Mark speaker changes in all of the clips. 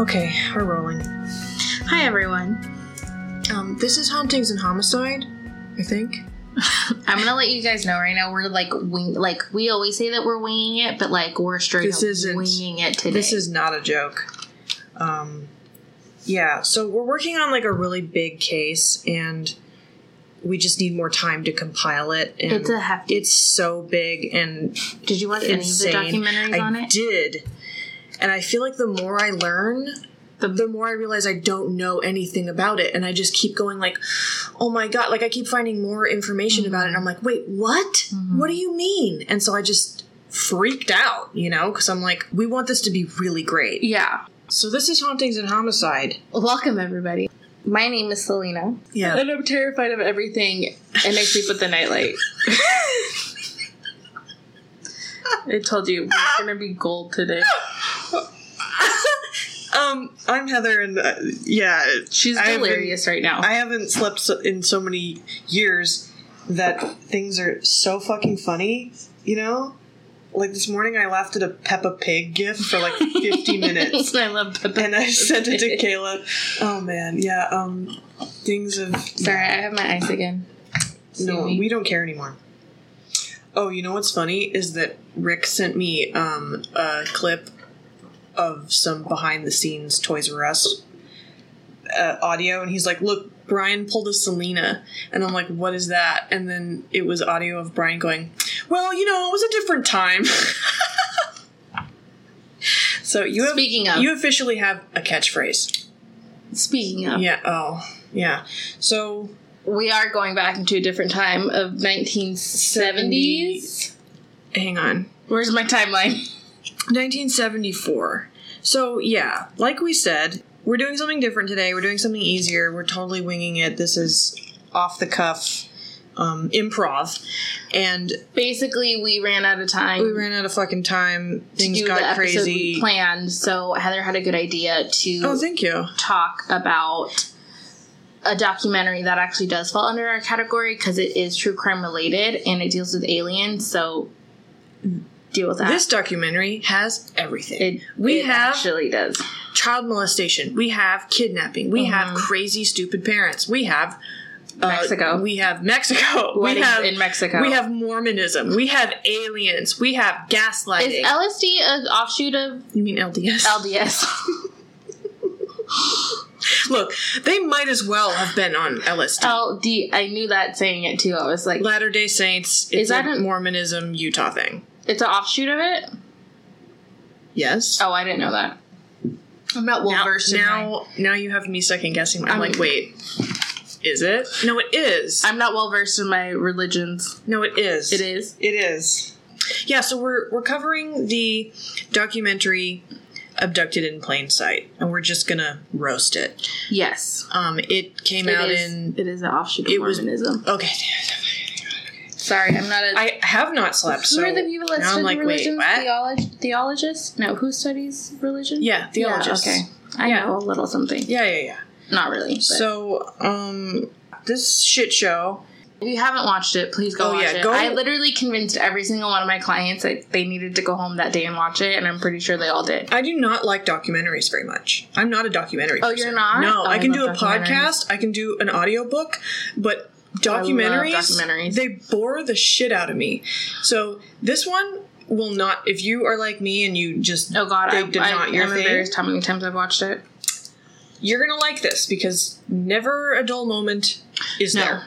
Speaker 1: Okay, we're rolling.
Speaker 2: Hi, everyone.
Speaker 1: Um, this is Hauntings and Homicide, I think.
Speaker 2: I'm gonna let you guys know right now we're like wing, like we always say that we're winging it, but like we're straight
Speaker 1: This
Speaker 2: up
Speaker 1: isn't-
Speaker 2: winging it today.
Speaker 1: This is not a joke. Um, yeah, so we're working on like a really big case, and we just need more time to compile it. And
Speaker 2: It's a hefty-
Speaker 1: It's so big and
Speaker 2: Did you watch
Speaker 1: insane.
Speaker 2: any of the documentaries
Speaker 1: I
Speaker 2: on it?
Speaker 1: did, and I feel like the more I learn,
Speaker 2: The-
Speaker 1: the more I realize I don't know anything about it, and I just keep going like, "Oh my god!" Like I keep finding more information about it, and I'm like, "Wait, what?
Speaker 2: Mm-hmm.
Speaker 1: What do you mean?" And so I just freaked out, you know, because I'm like, "We want this to be really great."
Speaker 2: yeah.
Speaker 1: So this is hauntings and homicide.
Speaker 2: Welcome everybody. My name is Selena,
Speaker 1: Yeah,
Speaker 2: and I'm terrified of everything, and I sleep with the nightlight. I told you we're gonna be gold today.
Speaker 1: um, I'm Heather, and uh, yeah,
Speaker 2: She's
Speaker 1: I've been-
Speaker 2: delirious right now.
Speaker 1: I haven't slept so- in so many years that things are so fucking funny, you know? Like this morning, I laughed at a Peppa Pig gif for like 50 minutes.
Speaker 2: I love Peppa.
Speaker 1: And I sent it to Caleb. Oh man, yeah. Um, things have
Speaker 2: Sorry, I have my eyes again.
Speaker 1: no,
Speaker 2: me.
Speaker 1: we don't care anymore. Oh, you know what's funny is that Rick sent me um, a clip of some behind the scenes Toys R Us uh, audio, and he's like, "Look, Brian pulled a Selena," and I'm like, "What is that?" And then it was audio of Brian going, "Well, you know, it was a different time." so you have,
Speaker 2: Speaking of-
Speaker 1: you officially have a catchphrase.
Speaker 2: Speaking of,
Speaker 1: Yeah. Oh, yeah. So
Speaker 2: we are going back into a different time of 1970s.
Speaker 1: hang on.
Speaker 2: Where's my timeline?
Speaker 1: 1974. So, yeah, like we said, we're doing something different today. We're doing something easier. We're totally winging it. This is off the cuff um, improv. And
Speaker 2: Basically, we ran out of time.
Speaker 1: we ran out of fucking time. Things
Speaker 2: do
Speaker 1: got
Speaker 2: episode
Speaker 1: crazy.
Speaker 2: we planned. So Heather had a good idea to
Speaker 1: Oh, thank you.
Speaker 2: talk about a documentary that actually does fall under our category because it is true crime related and it deals with aliens. So deal with that.
Speaker 1: This documentary has everything.
Speaker 2: it,
Speaker 1: we
Speaker 2: it
Speaker 1: have
Speaker 2: actually does.
Speaker 1: child molestation. We have kidnapping. We
Speaker 2: Uh-huh.
Speaker 1: have crazy, stupid parents. We have uh,
Speaker 2: Mexico.
Speaker 1: We have Mexico. We
Speaker 2: Weddings
Speaker 1: have
Speaker 2: in Mexico.
Speaker 1: We have Mormonism. We have aliens. We have gaslighting.
Speaker 2: Is LSD an offshoot of
Speaker 1: You mean LDS?
Speaker 2: LDS?
Speaker 1: Look, they might as well have been on LSD.
Speaker 2: Oh. LD. I knew that saying it too. I was like,
Speaker 1: Latter Day Saints. It's
Speaker 2: Is that
Speaker 1: a
Speaker 2: a-
Speaker 1: Mormonism Utah thing?
Speaker 2: it's an offshoot of it.
Speaker 1: Yes.
Speaker 2: Oh, I didn't know that. I'm not well
Speaker 1: now,
Speaker 2: versed.
Speaker 1: now, now you have me second guessing. I'm
Speaker 2: Um,
Speaker 1: like, wait, is it? No, it is.
Speaker 2: I'm not well versed in my religions.
Speaker 1: no, it is.
Speaker 2: It is.
Speaker 1: It is. Yeah. So we're we're covering the documentary "Abducted in Plain Sight," and we're just gonna roast it.
Speaker 2: Yes.
Speaker 1: Um, it came
Speaker 2: It
Speaker 1: out
Speaker 2: is,
Speaker 1: in.
Speaker 2: it is an offshoot of
Speaker 1: It was-
Speaker 2: Mormonism.
Speaker 1: Okay.
Speaker 2: Sorry, I'm not a.
Speaker 1: I have not slept.
Speaker 2: who
Speaker 1: so
Speaker 2: are the people that
Speaker 1: now I'm
Speaker 2: study
Speaker 1: like,
Speaker 2: religions?
Speaker 1: wait, what?
Speaker 2: Theolog- theologists? No, who studies religion?
Speaker 1: Yeah, theologists.
Speaker 2: okay. I
Speaker 1: Yeah.
Speaker 2: know a little something.
Speaker 1: Yeah, yeah, yeah.
Speaker 2: Not really. but-
Speaker 1: So, um, this shit show.
Speaker 2: If you haven't watched it, please go
Speaker 1: Oh,
Speaker 2: watch
Speaker 1: yeah,
Speaker 2: it.
Speaker 1: go-
Speaker 2: I literally convinced every single one of my clients that they needed to go home that day and watch it, and I'm pretty sure they all did.
Speaker 1: I do not like documentaries very much. I'm not a documentary.
Speaker 2: Oh,
Speaker 1: person.
Speaker 2: you're not?
Speaker 1: No,
Speaker 2: Oh,
Speaker 1: I
Speaker 2: I
Speaker 1: can do a
Speaker 2: love documentaries.
Speaker 1: podcast. I can do an audiobook, but documentaries,
Speaker 2: documentaries.
Speaker 1: they bore the shit out of me. So this one will not. If you are like me and you just
Speaker 2: Oh God,
Speaker 1: they
Speaker 2: I,
Speaker 1: did
Speaker 2: I,
Speaker 1: not
Speaker 2: I'm
Speaker 1: your thing,
Speaker 2: embarrassed how many times I've watched it.
Speaker 1: you're gonna like this because never a dull moment is
Speaker 2: No.
Speaker 1: there.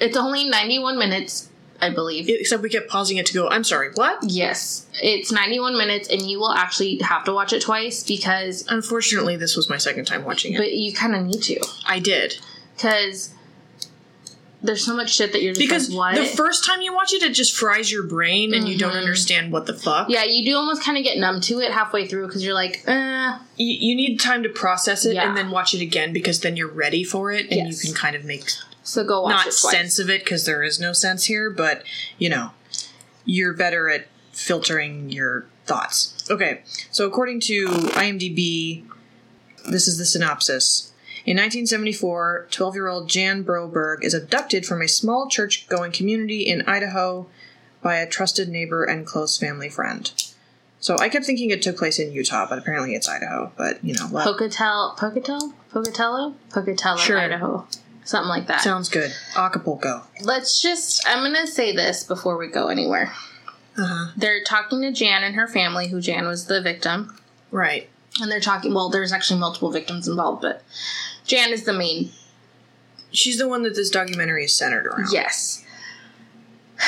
Speaker 2: It's only 91 minutes, I believe.
Speaker 1: Except we kept pausing it to go. I'm sorry, what?
Speaker 2: yes, it's 91 minutes, and you will actually have to watch it twice because,
Speaker 1: Unfortunately, this was my second time watching it.
Speaker 2: but you kind of need to
Speaker 1: I did.
Speaker 2: because there's so much shit that you're just
Speaker 1: because
Speaker 2: like, what? Mm-hmm.
Speaker 1: the first time you watch it, it just fries your brain and you don't understand what the fuck.
Speaker 2: yeah, you do almost kind of get numb to it halfway through because you're like, eh.
Speaker 1: You, you need time to process it
Speaker 2: Yeah.
Speaker 1: and then watch it again because then you're ready for it and
Speaker 2: Yes.
Speaker 1: you can kind of make
Speaker 2: So go watch
Speaker 1: not
Speaker 2: it twice.
Speaker 1: sense of it because there is no sense here, but you know, you're better at filtering your thoughts. Okay, so according to IMDb, this is the synopsis. In 1974, 12 year old Jan Broberg is abducted from a small church going community in Idaho by a trusted neighbor and close family friend. So I kept thinking it took place in Utah, but apparently it's Idaho. But you know, love.
Speaker 2: Pocatello, Pocatello, Pocatello, Pocatello,
Speaker 1: Sure.
Speaker 2: Idaho, something like that.
Speaker 1: sounds good. Acapulco.
Speaker 2: Let's just. I'm gonna say this before we go anywhere.
Speaker 1: Uh huh.
Speaker 2: They're talking to Jan and her family, who Jan was the victim.
Speaker 1: Right.
Speaker 2: and they're talking well there's actually multiple victims involved but jan is the main
Speaker 1: She's the one that this documentary is centered around.
Speaker 2: yes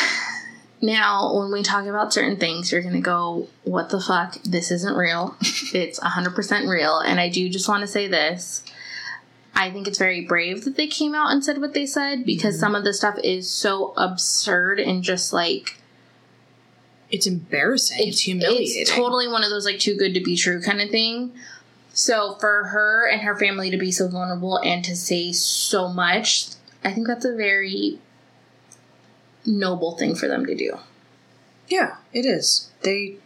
Speaker 2: now when we talk about certain things you're gonna go what the fuck this isn't real it's 100% real and i do just want to say this i think it's very brave that they came out and said what they said because some of the stuff is so absurd and just like
Speaker 1: It's embarrassing. It's, humiliating.
Speaker 2: It's totally one of those like too good to be true kind of thing. So for her and her family to be so vulnerable and to say so much, I think that's a very noble thing for them to do.
Speaker 1: yeah, it is. They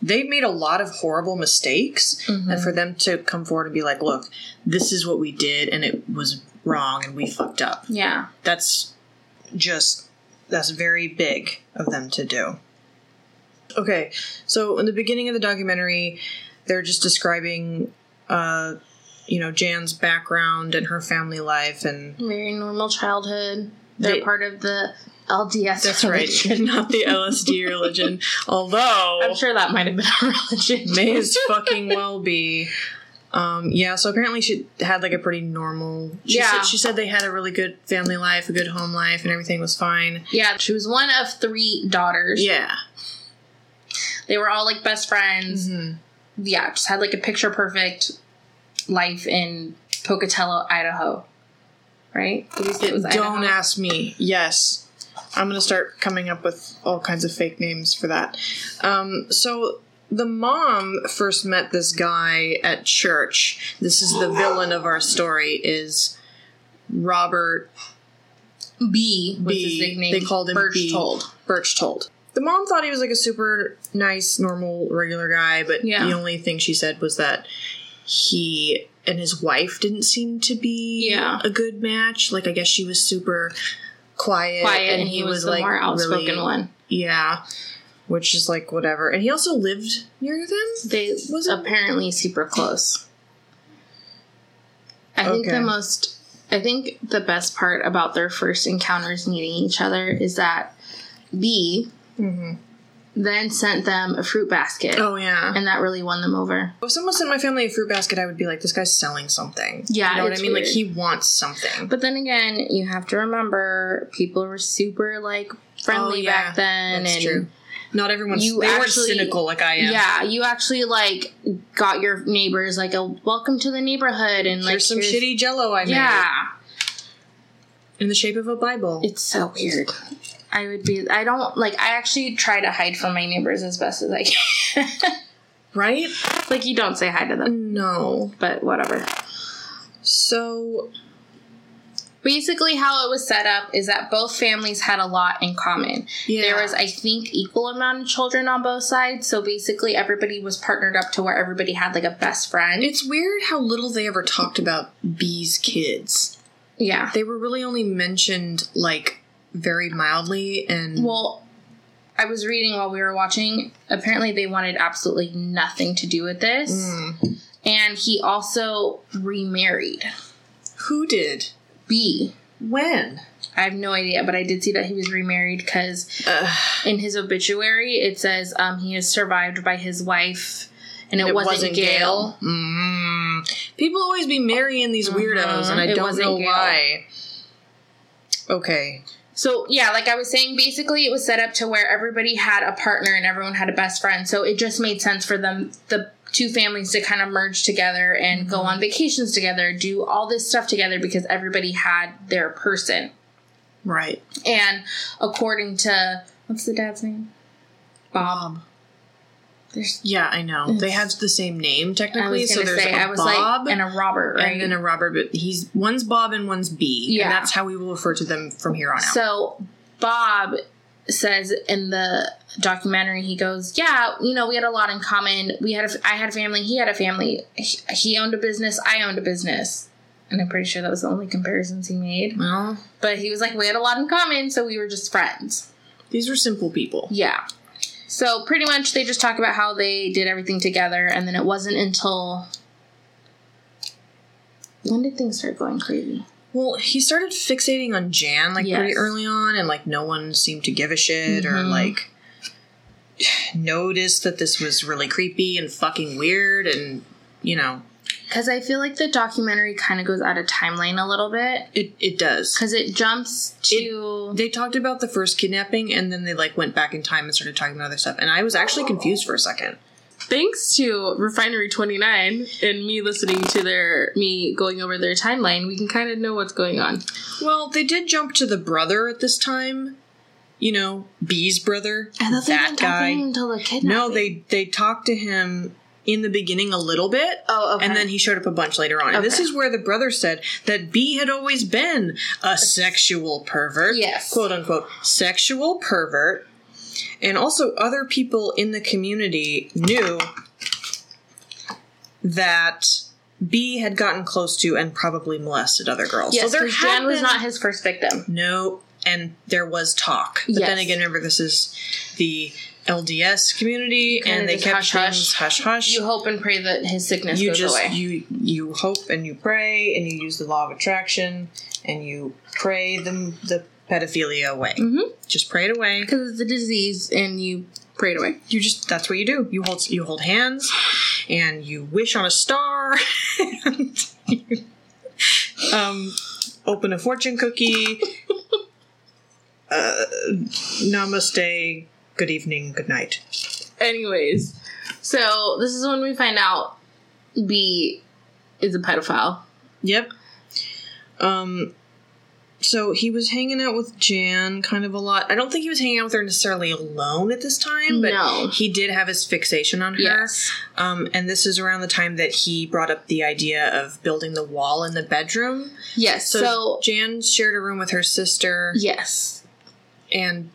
Speaker 1: they made a lot of horrible mistakes, and for them to come forward and be like, "Look, this is what we did, and it was wrong, and we fucked up."
Speaker 2: Yeah.
Speaker 1: That's just that's very big of them to do. Okay, so in the beginning of the documentary, they're just describing, uh, you know, Jan's background and her family life, and
Speaker 2: Very normal childhood.
Speaker 1: They-
Speaker 2: They're part of the LDS.
Speaker 1: that's right,
Speaker 2: religion.
Speaker 1: not the LSD religion, although
Speaker 2: I'm sure that might have been a religion.
Speaker 1: may as fucking well be. Um, yeah, so apparently she had like a pretty normal. She
Speaker 2: Yeah.
Speaker 1: said, she said they had a really good family life, a good home life, and everything was fine.
Speaker 2: Yeah, she was one of three daughters.
Speaker 1: Yeah,
Speaker 2: They were all like best friends.
Speaker 1: Mhm.
Speaker 2: Yeah, just had like a picture perfect life in Pocatello, Idaho. Right? Did we say it was
Speaker 1: don't
Speaker 2: Idaho?
Speaker 1: ask me. Yes, I'm gonna start coming up with all kinds of fake names for that. Um, so the mom first met this guy at church. This is the villain of our story. Is Robert
Speaker 2: B was
Speaker 1: B.
Speaker 2: his nickname.
Speaker 1: They called him B.
Speaker 2: Told.
Speaker 1: Birch told. The mom thought he was like a super nice, normal, regular guy, but
Speaker 2: Yeah.
Speaker 1: the only thing she said was that he and his wife didn't seem to be
Speaker 2: Yeah.
Speaker 1: a good match. Like I guess she was super quiet,
Speaker 2: Quiet, and, he, was, the more outspoken
Speaker 1: really-
Speaker 2: one.
Speaker 1: Yeah. Which is like whatever. And he also lived near them.
Speaker 2: They was
Speaker 1: Was it-
Speaker 2: apparently super close. I think
Speaker 1: Okay.
Speaker 2: the most, I think the best part about their first encounters meeting each other is that B then sent them a fruit basket,
Speaker 1: Mm-hmm. Oh yeah.
Speaker 2: and that really won them over.
Speaker 1: if someone sent my family a fruit basket, I would be like, this guy's selling something.
Speaker 2: Yeah,
Speaker 1: You know what I
Speaker 2: it's
Speaker 1: mean? Like
Speaker 2: weird.
Speaker 1: he wants something.
Speaker 2: But then again, you have to remember people were super like friendly
Speaker 1: Oh, yeah.
Speaker 2: back then,
Speaker 1: That's
Speaker 2: and
Speaker 1: true. Not everyone's
Speaker 2: You
Speaker 1: they weren't
Speaker 2: actually-
Speaker 1: cynical like I am.
Speaker 2: yeah, you actually like got your neighbors like a welcome to the neighborhood, and like
Speaker 1: There's some
Speaker 2: here's-
Speaker 1: shitty jello I made
Speaker 2: Yeah,
Speaker 1: in the shape of a Bible.
Speaker 2: it's so weird. I would be. I don't like. I actually try to hide from my neighbors as best as I can.
Speaker 1: right?
Speaker 2: like you don't say hi to them,
Speaker 1: No.
Speaker 2: but whatever.
Speaker 1: So,
Speaker 2: Basically, how it was set up is that both families had a lot in common.
Speaker 1: yeah.
Speaker 2: There was, I think, equal amount of children on both sides. So basically, everybody was partnered up to where everybody had like a best friend.
Speaker 1: It's weird how little they ever talked about Bee's kids.
Speaker 2: Yeah.
Speaker 1: They were really only mentioned, like, very mildly and.
Speaker 2: Well, I was reading while we were watching. Apparently, they wanted absolutely nothing to do with this.
Speaker 1: Mm.
Speaker 2: And he also remarried
Speaker 1: Who did?
Speaker 2: B.
Speaker 1: When?
Speaker 2: I have no idea, but I did see that he was remarried because
Speaker 1: Ugh.
Speaker 2: in his obituary it says um, he is survived by his wife, and it, wasn't, Gail.
Speaker 1: Mm. People always be marrying these weirdos,
Speaker 2: Mhm.
Speaker 1: and I
Speaker 2: It
Speaker 1: don't
Speaker 2: wasn't
Speaker 1: know
Speaker 2: Gail.
Speaker 1: why. Okay.
Speaker 2: So yeah, like I was saying, basically it was set up to where everybody had a partner and everyone had a best friend. So it just made sense for them, the two families, to kind of merge together and go on vacations together, do all this stuff together because everybody had their person.
Speaker 1: Right.
Speaker 2: And according to what's the dad's name, Bob. There's
Speaker 1: Yeah, I know. They have the same name
Speaker 2: I
Speaker 1: technically,
Speaker 2: was
Speaker 1: so
Speaker 2: gonna
Speaker 1: there's
Speaker 2: say
Speaker 1: a
Speaker 2: I was
Speaker 1: Bob
Speaker 2: like and a Robert, right?
Speaker 1: and then a Robert. But he's one's Bob and one's B.
Speaker 2: Yeah.
Speaker 1: and that's how we will refer to them from here on out.
Speaker 2: So Bob says in the documentary, he goes, "Yeah, you know, we had a lot in common. We had, a, I had a family. He had a family. He, he owned a business. I owned a business." And I'm pretty sure that was the only comparisons he made.
Speaker 1: well,
Speaker 2: But he was like, "We had a lot in common, so we were just friends."
Speaker 1: these were simple people.
Speaker 2: Yeah. So pretty much they just talk about how they did everything together, and then it wasn't until when did things start going crazy?
Speaker 1: Well, he started fixating on Jan like
Speaker 2: Yes.
Speaker 1: pretty early on, and like no one seemed to give a shit or
Speaker 2: Mhm.
Speaker 1: like noticed that this was really creepy and fucking weird, and you know
Speaker 2: Because I feel like the documentary kind of goes out of timeline a little bit
Speaker 1: it it does.
Speaker 2: because it jumps to
Speaker 1: They talked about the first kidnapping, and then they like went back in time and started talking about other stuff, and I was actually confused for a second.
Speaker 2: thanks to Refinery Twenty Nine and me listening to their me going over their timeline. We can kind of know what's going on.
Speaker 1: Well, they did jump to the brother at this time. You know, B's brother.
Speaker 2: I thought they
Speaker 1: that
Speaker 2: didn't talk to
Speaker 1: guy.
Speaker 2: him until the kidnapping.
Speaker 1: No, they they talked to him in the beginning a little bit.
Speaker 2: Oh, okay.
Speaker 1: And then he showed up a bunch later on. And this
Speaker 2: Okay.
Speaker 1: is where the brother said that B had always been a sexual pervert.
Speaker 2: Yes.
Speaker 1: Quote unquote, sexual pervert. And also, other people in the community knew that B had gotten close to and probably molested other girls.
Speaker 2: yes,
Speaker 1: so there
Speaker 2: 'cause
Speaker 1: had
Speaker 2: Jan was
Speaker 1: been-
Speaker 2: not his first victim.
Speaker 1: no, and there was talk. But then
Speaker 2: Yes.
Speaker 1: again, remember this is the LDS community,
Speaker 2: Kinda
Speaker 1: and they
Speaker 2: just
Speaker 1: kept
Speaker 2: hush, hush.
Speaker 1: things hush hush.
Speaker 2: You
Speaker 1: You,
Speaker 2: hope and pray that his sickness goes
Speaker 1: just
Speaker 2: away.
Speaker 1: you you hope and you pray, and you use the law of attraction, and you pray the the pedophilia away.
Speaker 2: Mhm.
Speaker 1: Just pray it away.
Speaker 2: Because it's a disease, and you pray it away.
Speaker 1: You just that's what you do. You hold you hold hands, and you wish on a star. and you, um, open a fortune cookie. uh, namaste. Good evening. Good night.
Speaker 2: Anyways, so this is when we find out B is a pedophile.
Speaker 1: Yep. Um. So he was hanging out with Jan kind of a lot. I don't think he was hanging out with her necessarily alone at this time, but
Speaker 2: No.
Speaker 1: he did have his fixation on her.
Speaker 2: Yes.
Speaker 1: Um, and this is around the time that he brought up the idea of building the wall in the bedroom.
Speaker 2: Yes.
Speaker 1: So,
Speaker 2: So,
Speaker 1: Jan shared a room with her sister,
Speaker 2: yes,
Speaker 1: and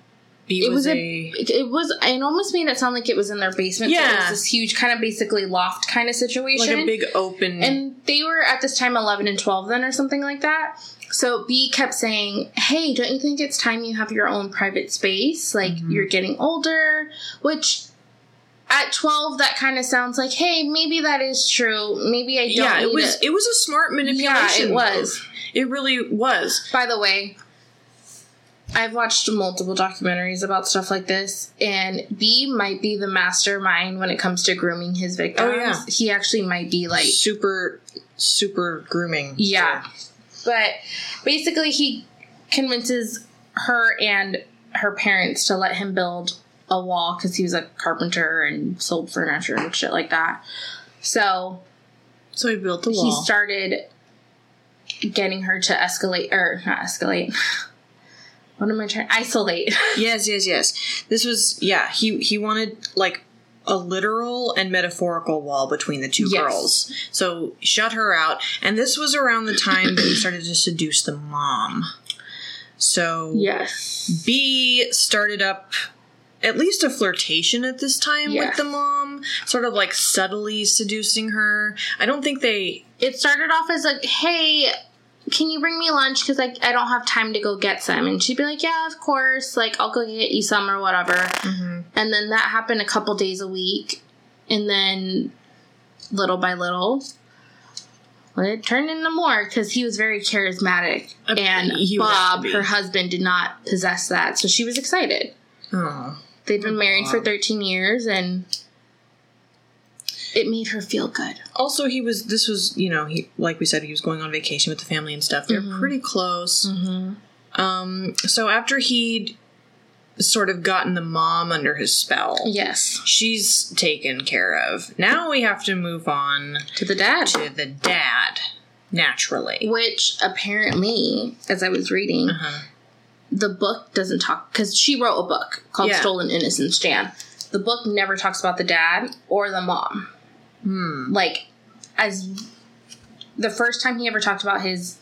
Speaker 1: B
Speaker 2: it
Speaker 1: was,
Speaker 2: was
Speaker 1: a,
Speaker 2: a. It it was. It almost made it sound like it was in their basement. So it
Speaker 1: Yeah.
Speaker 2: was this huge, kind of basically loft kind of
Speaker 1: like
Speaker 2: situation.
Speaker 1: a big open.
Speaker 2: and they were at this time 11 and 12 then or something like that so b kept saying hey don't you think it's time you have your own private space like
Speaker 1: Mhm.
Speaker 2: you're getting older which at 12 that kind of sounds like hey maybe that is true maybe i don't
Speaker 1: yeah, it
Speaker 2: need
Speaker 1: was it. was a smart manipulation.
Speaker 2: yeah it
Speaker 1: move.
Speaker 2: was
Speaker 1: It really was.
Speaker 2: by the way i've watched multiple documentaries about stuff like this and b might be the mastermind when it comes to grooming his victims
Speaker 1: yeah.
Speaker 2: he actually might be like
Speaker 1: super super grooming.
Speaker 2: Yeah. But basically, he convinces her and her parents to let him build a wall because he was a carpenter and sold furniture and shit like that. So
Speaker 1: So he built the
Speaker 2: he
Speaker 1: wall.
Speaker 2: started getting her to escalate, or not escalate. What am I trying? Isolate.
Speaker 1: yes, yes, yes. This was yeah. He he wanted like a literal and metaphorical wall between the two
Speaker 2: Yes.
Speaker 1: girls. So shut her out. And this was around the time that he started to seduce the mom. So
Speaker 2: Yes.
Speaker 1: B started up at least a flirtation at this time
Speaker 2: Yeah.
Speaker 1: with the mom, sort of like subtly seducing her. I don't think they.
Speaker 2: It started off as like, hey, can you bring me lunch? Because I, I don't have time to go get some. And she'd be like, yeah, of course. Like, I'll go get you some or whatever.
Speaker 1: Mm-hmm.
Speaker 2: and then that happened a couple days a week and then little by little well, it turned into more because he was very charismatic
Speaker 1: Uh,
Speaker 2: and
Speaker 1: he would have
Speaker 2: bob
Speaker 1: to be.
Speaker 2: her husband did not possess that so she was excited
Speaker 1: Oh.
Speaker 2: they'd been married for
Speaker 1: Bob.
Speaker 2: 13 years and it made her feel good
Speaker 1: Also, he was. This was, you know, he like we said, he was going on vacation with the family and stuff. They're
Speaker 2: Mhm.
Speaker 1: pretty close.
Speaker 2: mm-hmm.
Speaker 1: Um, so after he'd sort of gotten the mom under his spell,
Speaker 2: yes
Speaker 1: she's taken care of. Now we have to move on
Speaker 2: to the dad
Speaker 1: to the dad. Naturally,
Speaker 2: which apparently as i was reading
Speaker 1: uh-huh.
Speaker 2: the book doesn't talk because she wrote a book called
Speaker 1: Yeah.
Speaker 2: Stolen Innocence Jan. The book never talks about the dad or the mom.
Speaker 1: Hmm.
Speaker 2: Like as the first time he ever talked about his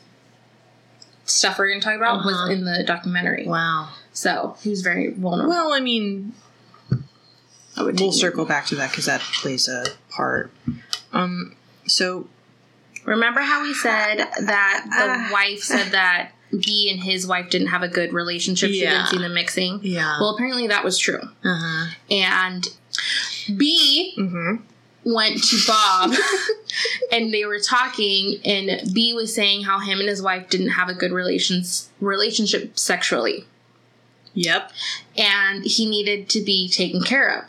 Speaker 2: stuff we're gonna talk about was
Speaker 1: Uh-huh.
Speaker 2: in the documentary.
Speaker 1: wow.
Speaker 2: So he was very vulnerable.
Speaker 1: Well, I mean,
Speaker 2: I would
Speaker 1: we'll
Speaker 2: take it.
Speaker 1: circle back to that because that plays a part. Um, so
Speaker 2: Remember how we said that the
Speaker 1: Ah.
Speaker 2: wife said that he and his wife didn't have a good relationship. She
Speaker 1: Yeah.
Speaker 2: didn't see them mixing.
Speaker 1: Yeah.
Speaker 2: Well, apparently that was true.
Speaker 1: Uh huh.
Speaker 2: And B
Speaker 1: Mm-hmm.
Speaker 2: went to Bob and they were talking and B was saying how him and his wife didn't have a good relations relationship sexually
Speaker 1: Yep.
Speaker 2: and he needed to be taken care of.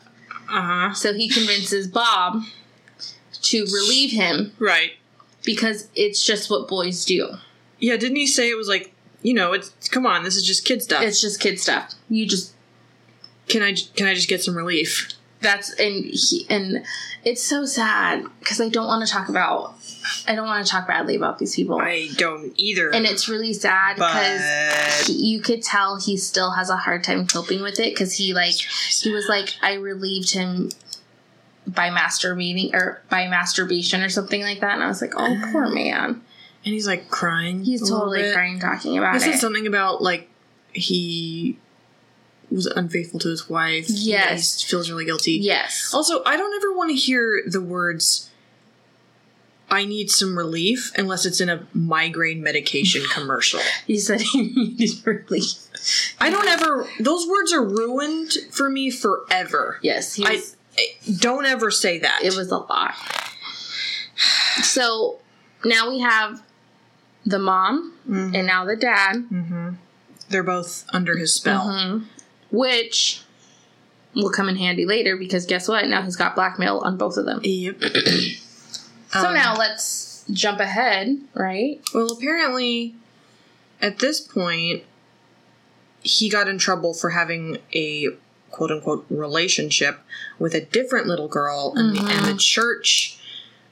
Speaker 1: Uh huh.
Speaker 2: So he convinces Bob to relieve him
Speaker 1: Right.
Speaker 2: because it's just what boys do.
Speaker 1: Yeah. Didn't he say it was like you know it's come on this is just kid stuff.
Speaker 2: It's just kid stuff. You just
Speaker 1: can I j- can I just get some relief?
Speaker 2: that's and he and it's so sad because I don't want to talk about I don't want to talk badly about these people.
Speaker 1: I don't either.
Speaker 2: and it's really sad
Speaker 1: But-
Speaker 2: because you could tell he still has a hard time coping with it because he like he was like I relieved him by masturbating or by masturbation or something like that, and I was like, oh poor man,
Speaker 1: and he's like crying.
Speaker 2: he's
Speaker 1: a little
Speaker 2: totally
Speaker 1: bit.
Speaker 2: crying talking about
Speaker 1: I said
Speaker 2: it.
Speaker 1: something about like he was unfaithful to his wife.
Speaker 2: Yes.
Speaker 1: he feels really guilty.
Speaker 2: Yes,
Speaker 1: Also, I don't ever want to hear the words "I need some relief" unless it's in a migraine medication commercial.
Speaker 2: he said he needed relief.
Speaker 1: I don't ever; those words are ruined for me forever.
Speaker 2: Yes, he
Speaker 1: I,
Speaker 2: was,
Speaker 1: I- don't ever say that.
Speaker 2: it was a lot. So now we have the mom
Speaker 1: Mhm.
Speaker 2: and now the dad.
Speaker 1: Mhm. They're both under his spell.
Speaker 2: Mhm. Which will come in handy later because guess what? Now he's got blackmail on both of them.
Speaker 1: Yep.
Speaker 2: so
Speaker 1: Um,
Speaker 2: now let's jump ahead, right?
Speaker 1: Well, apparently, at this point, he got in trouble for having a quote unquote relationship with a different little girl, and, the,
Speaker 2: Mm-hmm.
Speaker 1: and the church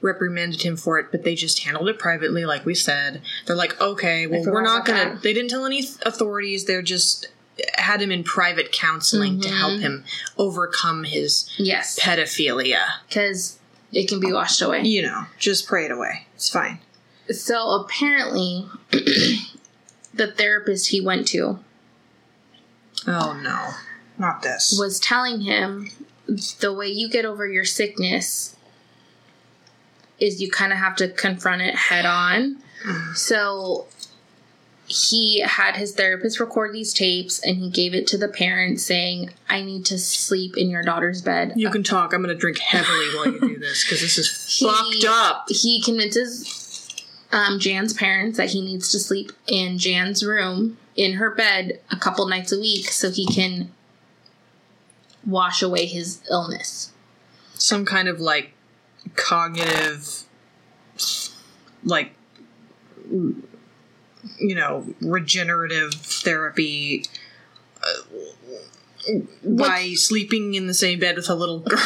Speaker 1: reprimanded him for it, but they just handled it privately, like we said. They're like, okay, well,
Speaker 2: forgot
Speaker 1: we're not
Speaker 2: about
Speaker 1: gonna.
Speaker 2: that.
Speaker 1: They didn't tell any authorities, they're just had him in private counseling to
Speaker 2: Mm-hmm.
Speaker 1: help him overcome his
Speaker 2: Yes,
Speaker 1: pedophilia.
Speaker 2: because it can be washed away.
Speaker 1: You know, just pray it away. It's fine.
Speaker 2: So apparently, the therapist he went to
Speaker 1: Oh no. Not this.
Speaker 2: was telling him the way you get over your sickness is you kind of have to confront it head on. So he had his therapist record these tapes and he gave it to the parents saying, I need to sleep in your daughter's bed.
Speaker 1: You can talk. I'm going to drink heavily while you do this because this is
Speaker 2: He-
Speaker 1: fucked up.
Speaker 2: He convinces um, Jan's parents that he needs to sleep in Jan's room in her bed a couple nights a week so he can wash away his illness.
Speaker 1: Some kind of like cognitive, like, you know, regenerative therapy uh, by sleeping in the same bed with a little girl.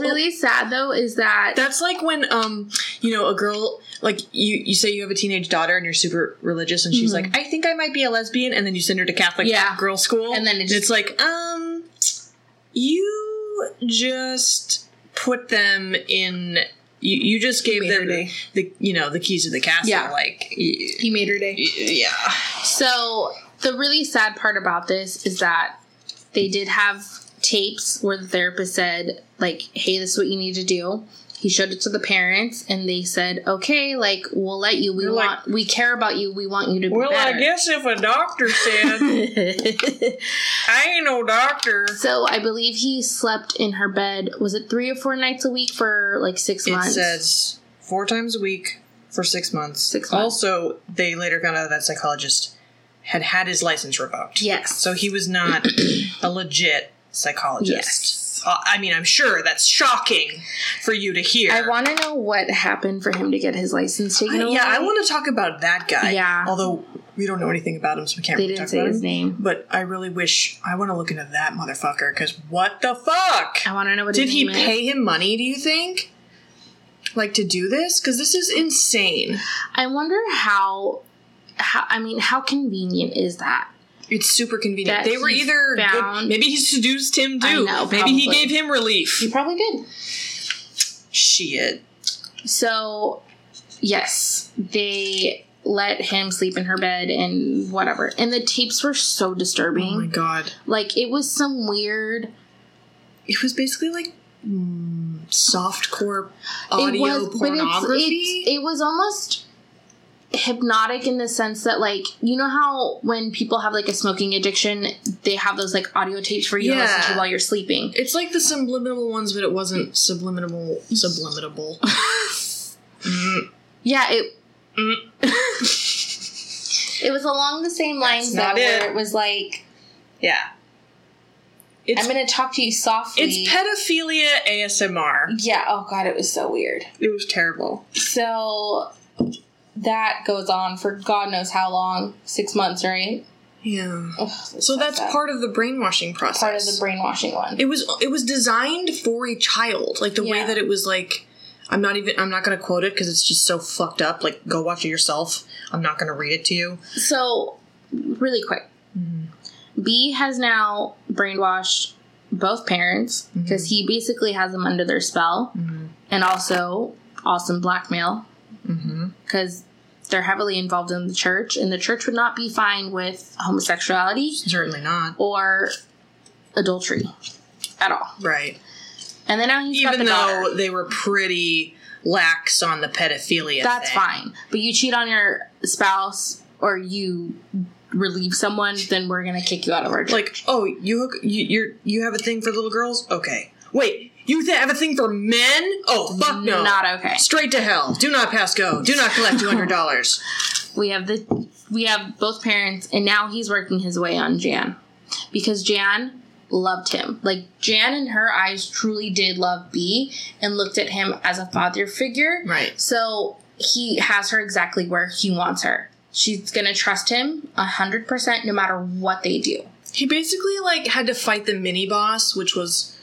Speaker 2: really sad though is that
Speaker 1: That's like when um you know a girl like you you say you have a teenage daughter and you're super religious and she's like I think I might be a lesbian and then you send her to Catholic
Speaker 2: Mm-hmm. Yeah.
Speaker 1: girl school
Speaker 2: And then it
Speaker 1: it's
Speaker 2: just-
Speaker 1: like um you just put them in you, you just gave
Speaker 3: Made her
Speaker 1: them
Speaker 3: day.
Speaker 1: the you know the keys to the castle
Speaker 2: Yeah.
Speaker 1: like y-
Speaker 3: He made her day.
Speaker 1: y- yeah
Speaker 2: so the really sad part about this is that they did have tapes where the therapist said like hey this is what you need to do he showed it to the parents and they said okay like we'll let you we
Speaker 1: They're like-
Speaker 2: want we care about you we want you to be better
Speaker 1: guess if a doctor said I ain't no doctor
Speaker 2: so i believe he slept in her bed was it three or four nights a week for like six
Speaker 1: It
Speaker 2: months
Speaker 1: says four times a week for six months.
Speaker 2: Six months.
Speaker 1: Also, they later found out that psychologist had had his license revoked.
Speaker 2: Yes.
Speaker 1: So he was not a legit psychologist.
Speaker 2: Yes.
Speaker 1: Uh, I mean, I'm sure that's shocking for you to hear.
Speaker 2: i want to know what happened for him to get his license
Speaker 1: I-
Speaker 2: taken away
Speaker 1: yeah, I want to talk about that guy.
Speaker 2: Yeah.
Speaker 1: Although we don't know anything about him, so we can't
Speaker 2: they
Speaker 1: really
Speaker 2: didn't
Speaker 1: talk
Speaker 2: say
Speaker 1: about
Speaker 2: his
Speaker 1: him.
Speaker 2: name
Speaker 1: But I really wish I want to look into that motherfucker because what the fuck?
Speaker 2: i want to know what
Speaker 1: Did
Speaker 2: his
Speaker 1: he
Speaker 2: name is.
Speaker 1: pay him money? Do you think? Like to do this? Because this is insane.
Speaker 2: I wonder how, how I mean, how convenient is that?
Speaker 1: It's super convenient.
Speaker 2: That
Speaker 1: they were
Speaker 2: he
Speaker 1: either good,
Speaker 2: found-
Speaker 1: maybe he seduced him
Speaker 2: I
Speaker 1: too.
Speaker 2: know,
Speaker 1: maybe he
Speaker 2: probably.
Speaker 1: gave him relief.
Speaker 2: probably did.
Speaker 1: Shit.
Speaker 2: So, yes, they let him sleep in her bed and whatever. And the tapes were so
Speaker 1: Oh my
Speaker 2: disturbing.
Speaker 1: god.
Speaker 2: like it was some weird.
Speaker 1: It was basically like mm, softcore
Speaker 2: it
Speaker 1: audio
Speaker 2: was, but it's,
Speaker 1: pornography.
Speaker 2: it's, it was almost hypnotic in the sense that like you know how when people have like a smoking addiction they have those like audio tapes for you to
Speaker 1: Yeah.
Speaker 2: listen to while you're sleeping
Speaker 1: It's like the subliminal ones, but it wasn't subliminal. Subliminal. Mm,
Speaker 2: yeah it
Speaker 1: mm.
Speaker 2: it was along the same lines though
Speaker 1: not
Speaker 2: where
Speaker 1: it.
Speaker 2: it was like
Speaker 1: Yeah. It's,
Speaker 2: i'm gonna talk to you softly
Speaker 1: it's pedophilia ASMR.
Speaker 2: yeah oh god it was so weird
Speaker 1: It was terrible.
Speaker 2: so that goes on for god knows how long six months right
Speaker 1: Yeah.
Speaker 2: Ugh,
Speaker 1: So that's
Speaker 2: sad.
Speaker 1: part of the brainwashing process.
Speaker 2: part of the brainwashing one
Speaker 1: It was it was designed for a child, like the way
Speaker 2: Yeah.
Speaker 1: that it was like. I'm not even. I'm not going to quote it because it's just so fucked up. Like, go watch it yourself. I'm not going to read it to you.
Speaker 2: So, really quick, B has now brainwashed both parents because he basically has them under their spell, and also awesome blackmail because they're heavily involved in the church, and the church would not be fine with homosexuality
Speaker 1: Certainly not.
Speaker 2: or adultery at all.
Speaker 1: Right.
Speaker 2: And then now he's got
Speaker 1: Even
Speaker 2: the
Speaker 1: though
Speaker 2: daughter.
Speaker 1: they were pretty lax on the pedophilia.
Speaker 2: That's
Speaker 1: thing.
Speaker 2: fine, but you cheat on your spouse or you relieve someone, then we're gonna kick you out of our church.
Speaker 1: Like, oh, you hook, you you're, you have a thing for little girls? Okay. Wait, you th- have a thing for men? Oh, fuck no.
Speaker 2: Not okay.
Speaker 1: Straight to hell. Do not pass go. Do not collect two hundred dollars.
Speaker 2: we have the we have both parents and now he's working his way on jan because jan loved him like jan in her eyes truly did love b and looked at him as a father figure
Speaker 1: Right.
Speaker 2: so he has her exactly where he wants her she's gonna trust him 100% no matter what they do
Speaker 1: He basically like had to fight the mini boss, which was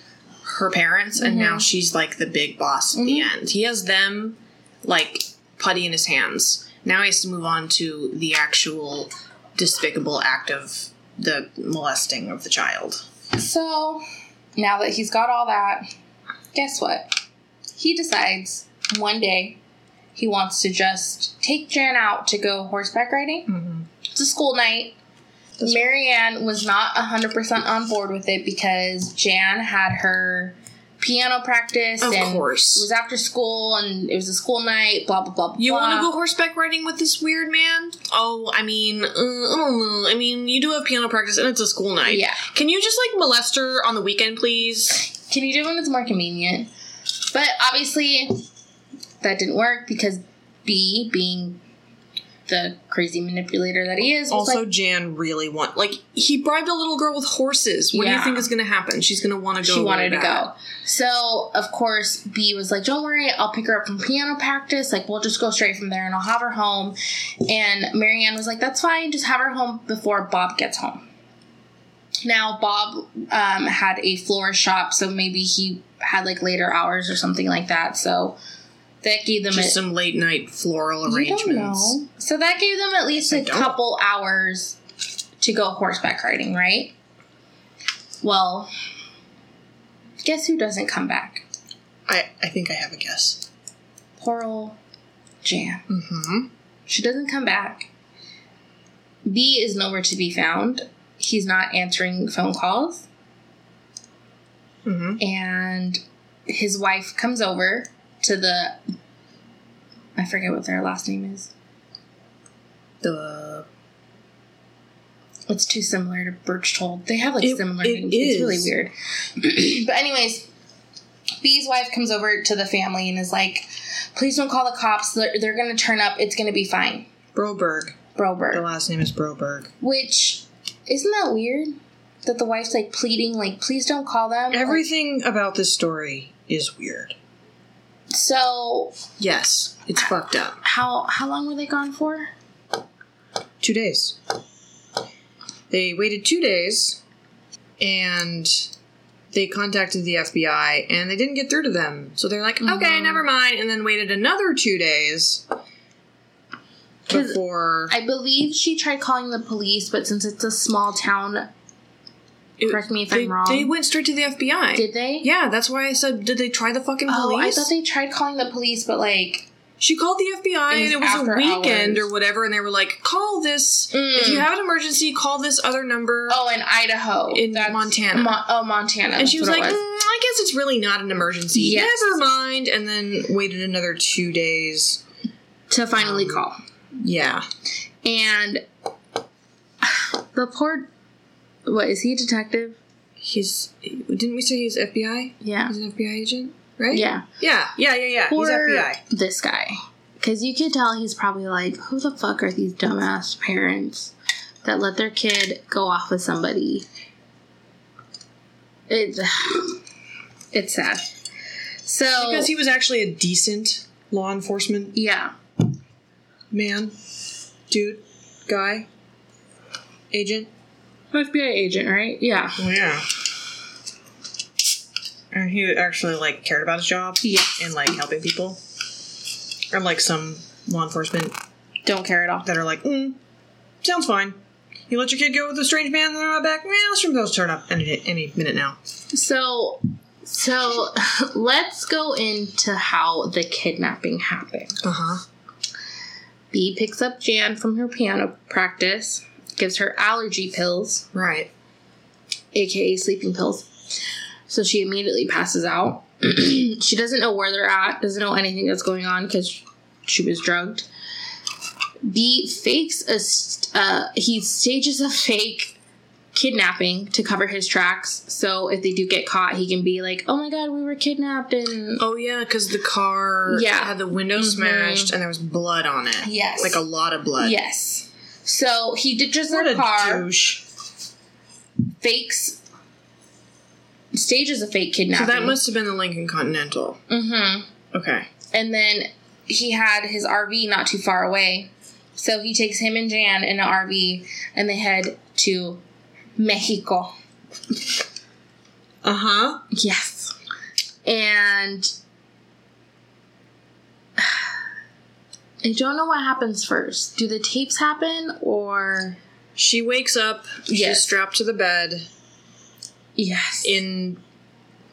Speaker 1: her parents, and now she's like the big boss at the end. He has them like putty in his hands. Now he has to move on to the actual despicable act of the molesting of the child.
Speaker 2: so now that he's got all that guess what he decides one day he wants to just take jan out to go horseback riding
Speaker 1: Mm-hmm.
Speaker 2: it's a school night. Marianne was not 100% on board with it because Jan had her piano practice
Speaker 1: Of
Speaker 2: and
Speaker 1: course.
Speaker 2: it was after school and it was a school night, blah, blah, blah, blah.
Speaker 1: You want to
Speaker 2: blah.
Speaker 1: go horseback riding with this weird man? Oh, I mean, uh, I don't know. I mean, you do have piano practice and it's a school night.
Speaker 2: Yeah.
Speaker 1: Can you just like molest her on the weekend, please?
Speaker 2: Can you do it when it's more convenient? But obviously, that didn't work because B, being the crazy manipulator that he is, was
Speaker 1: Also,
Speaker 2: like,
Speaker 1: Jan really want like he bribed a little girl with horses. What do you
Speaker 2: Yeah.
Speaker 1: think is going to happen? She's going to want to go.
Speaker 2: she
Speaker 1: really
Speaker 2: wanted to
Speaker 1: bad.
Speaker 2: go. So, of course, B was like, Don't worry, I'll pick her up from piano practice. Like, we'll just go straight from there and I'll have her home. And Marianne was like, That's fine, just have her home before Bob gets home. Now, Bob um, had a florist shop, so maybe he had like later hours or something like that. So, that gave them
Speaker 1: Just
Speaker 2: a,
Speaker 1: some late night floral
Speaker 2: You don't
Speaker 1: arrangements.
Speaker 2: know. So, that gave them at least
Speaker 1: I
Speaker 2: a
Speaker 1: don't.
Speaker 2: couple hours to go horseback riding, right? Well, guess who doesn't come back?
Speaker 1: I I think I have a guess.
Speaker 2: Coral Jan.
Speaker 1: Mm-hmm.
Speaker 2: She doesn't come back. B is nowhere to be found. He's not answering phone calls.
Speaker 1: Mm-hmm.
Speaker 2: And his wife comes over to the. I forget what their last name is.
Speaker 1: The
Speaker 2: It's too similar to Birchtold. They have like
Speaker 1: It-
Speaker 2: similar
Speaker 1: it
Speaker 2: names. It's really
Speaker 1: is.
Speaker 2: weird. but anyways, B's wife comes over to the family and is like, "Please don't call the cops. They're, they're going to turn up. It's going to be fine."
Speaker 1: Broberg.
Speaker 2: Broberg.
Speaker 1: The last name is Broberg.
Speaker 2: Which isn't that weird that the wife's like pleading, like, please don't call them.
Speaker 1: Everything about this story is weird.
Speaker 2: Like, so
Speaker 1: Yes, it's fucked up.
Speaker 2: how how long were they gone for?
Speaker 1: two days. They waited two days and they contacted the FBI and they didn't get through to them. So they're like,
Speaker 2: Mm-hmm.
Speaker 1: okay, never mind. And then waited another two days
Speaker 2: 'Cause
Speaker 1: before.
Speaker 2: I believe she tried calling the police, but since it's a small town,
Speaker 1: it-
Speaker 2: correct me if
Speaker 1: they,
Speaker 2: I'm wrong.
Speaker 1: They went straight to the FBI.
Speaker 2: did they?
Speaker 1: yeah, that's why I said, did they try the fucking
Speaker 2: Oh, I
Speaker 1: police?
Speaker 2: thought they tried calling the police, but like
Speaker 1: she called the FBI
Speaker 2: It
Speaker 1: and
Speaker 2: was
Speaker 1: it was a
Speaker 2: after
Speaker 1: weekend
Speaker 2: hours. Mm.
Speaker 1: or whatever, and they were like, call this. If you have an emergency, call this other number.
Speaker 2: oh, in Idaho,
Speaker 1: In
Speaker 2: That's-
Speaker 1: Montana.
Speaker 2: Mon- oh, Montana,
Speaker 1: And she was like,
Speaker 2: it
Speaker 1: "Mm, I guess it's really not an emergency.
Speaker 2: Yes.
Speaker 1: Never mind. And then waited another two days.
Speaker 2: to finally call.
Speaker 1: Yeah.
Speaker 2: And the poor. What, is he a detective?
Speaker 1: He's didn't we say he's FBI?
Speaker 2: Yeah.
Speaker 1: He's an FBI agent, right?
Speaker 2: Yeah.
Speaker 1: Yeah. Yeah. Yeah. Yeah.
Speaker 2: Poor
Speaker 1: he's FBI.
Speaker 2: this guy. Because you could tell he's probably like, who the fuck are these dumbass parents that let their kid go off with somebody? It, it's sad. So,
Speaker 1: Because he was actually a decent law enforcement
Speaker 2: yeah.
Speaker 1: man, dude, guy, agent.
Speaker 2: FBI agent, right? Yeah.
Speaker 1: Well, Oh, yeah. And he actually like cared about his job
Speaker 2: Yeah.
Speaker 1: and like helping people. Unlike some law enforcement
Speaker 2: Don't care at all.
Speaker 1: that are like, mm, sounds fine. You let your kid go with a strange man, and they're not back. Well, stream those turn up any, any minute now.
Speaker 2: So, so let's go into how the kidnapping happened.
Speaker 1: Uh huh.
Speaker 2: B picks up Jan from her piano practice, gives her allergy pills,
Speaker 1: Right.
Speaker 2: aka sleeping pills. So she immediately passes out. she doesn't know where they're at, doesn't know anything that's going on because she was drugged. B fakes a st- uh, he stages a fake kidnapping to cover his tracks. So if they do get caught, he can be like, "Oh my god, we were kidnapped," and
Speaker 1: Oh yeah, because the car
Speaker 2: Yeah. Mm-hmm.
Speaker 1: had the window smashed and there was blood on it.
Speaker 2: Yes.
Speaker 1: like a lot of blood.
Speaker 2: yes. So he ditches
Speaker 1: what
Speaker 2: their
Speaker 1: a
Speaker 2: car.
Speaker 1: douche.
Speaker 2: fakes stages a fake
Speaker 1: So
Speaker 2: kidnapping.
Speaker 1: that must have been the Lincoln Continental.
Speaker 2: hmm
Speaker 1: Okay.
Speaker 2: And then he had his RV not too far away, so he takes him and Jan in an RV, and they head to Mexico.
Speaker 1: Uh huh.
Speaker 2: Yes, and I don't know what happens first. Do the tapes happen or
Speaker 1: She wakes up.
Speaker 2: Yes.
Speaker 1: She's strapped to the bed
Speaker 2: yes?
Speaker 1: in.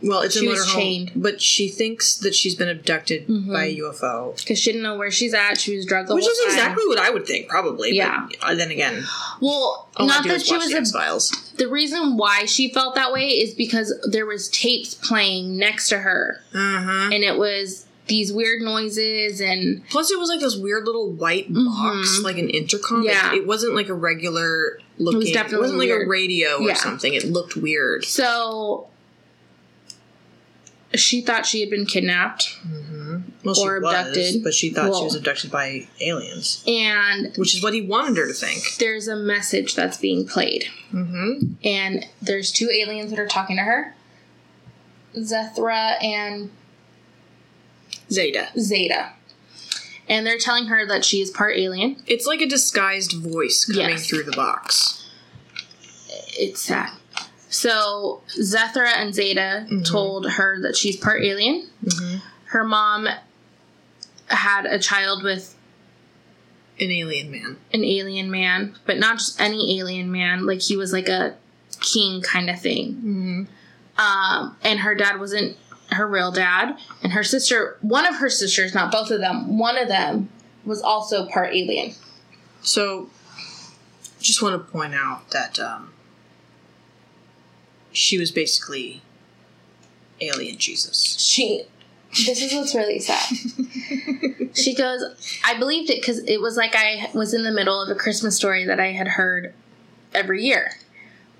Speaker 1: Well, it's
Speaker 2: She
Speaker 1: a
Speaker 2: was
Speaker 1: motorhome,
Speaker 2: chained.
Speaker 1: but she thinks that she's been abducted
Speaker 2: Mhm.
Speaker 1: by a UFO,
Speaker 2: Because she didn't know where she's at. She was drugged the
Speaker 1: which
Speaker 2: whole
Speaker 1: is
Speaker 2: time.
Speaker 1: exactly what I would think, probably. but,
Speaker 2: Yeah.
Speaker 1: uh, then again,
Speaker 2: well.
Speaker 1: all I
Speaker 2: not
Speaker 1: do
Speaker 2: that
Speaker 1: is
Speaker 2: she
Speaker 1: Oh, watch
Speaker 2: was
Speaker 1: the
Speaker 2: a
Speaker 1: X Files.
Speaker 2: The reason why she felt that way is because there was tapes playing next to her
Speaker 1: Uh huh.
Speaker 2: and it was these weird noises and
Speaker 1: Plus, it was like this weird little white box,
Speaker 2: Mhm.
Speaker 1: like an intercom. It-
Speaker 2: Yeah.
Speaker 1: It, wasn't like a regular looking. It,
Speaker 2: definitely
Speaker 1: was not like
Speaker 2: weird.
Speaker 1: a radio or
Speaker 2: Yeah.
Speaker 1: something. It looked weird.
Speaker 2: so she thought she had been kidnapped
Speaker 1: Well,
Speaker 2: Or
Speaker 1: she was,
Speaker 2: abducted.
Speaker 1: but she thought
Speaker 2: Well-
Speaker 1: she was abducted by aliens,
Speaker 2: and
Speaker 1: which is what he wanted her to think.
Speaker 2: there's a message that's being played
Speaker 1: Mm-hmm.
Speaker 2: and there's two aliens that are talking to her Zethra and
Speaker 1: Zeta.
Speaker 2: Zeta and they're telling her that she is part alien
Speaker 1: It's like a disguised voice coming
Speaker 2: Yes.
Speaker 1: through the box.
Speaker 2: it's sad. So Zethra and Zeta told her that she's part alien. Her mom had a child with
Speaker 1: An alien man.
Speaker 2: an alien man, but not just any alien man. Like he was like a king kind of thing.
Speaker 1: Mm-hmm.
Speaker 2: Um, and her dad wasn't her real dad. And her sister, one of her sisters, not both of them, one of them was also part alien.
Speaker 1: So, just want to point out that um, she was basically alien Jesus.
Speaker 2: she this is what's really sad she goes i believed it because it was like i was in the middle of a christmas story that i had heard every year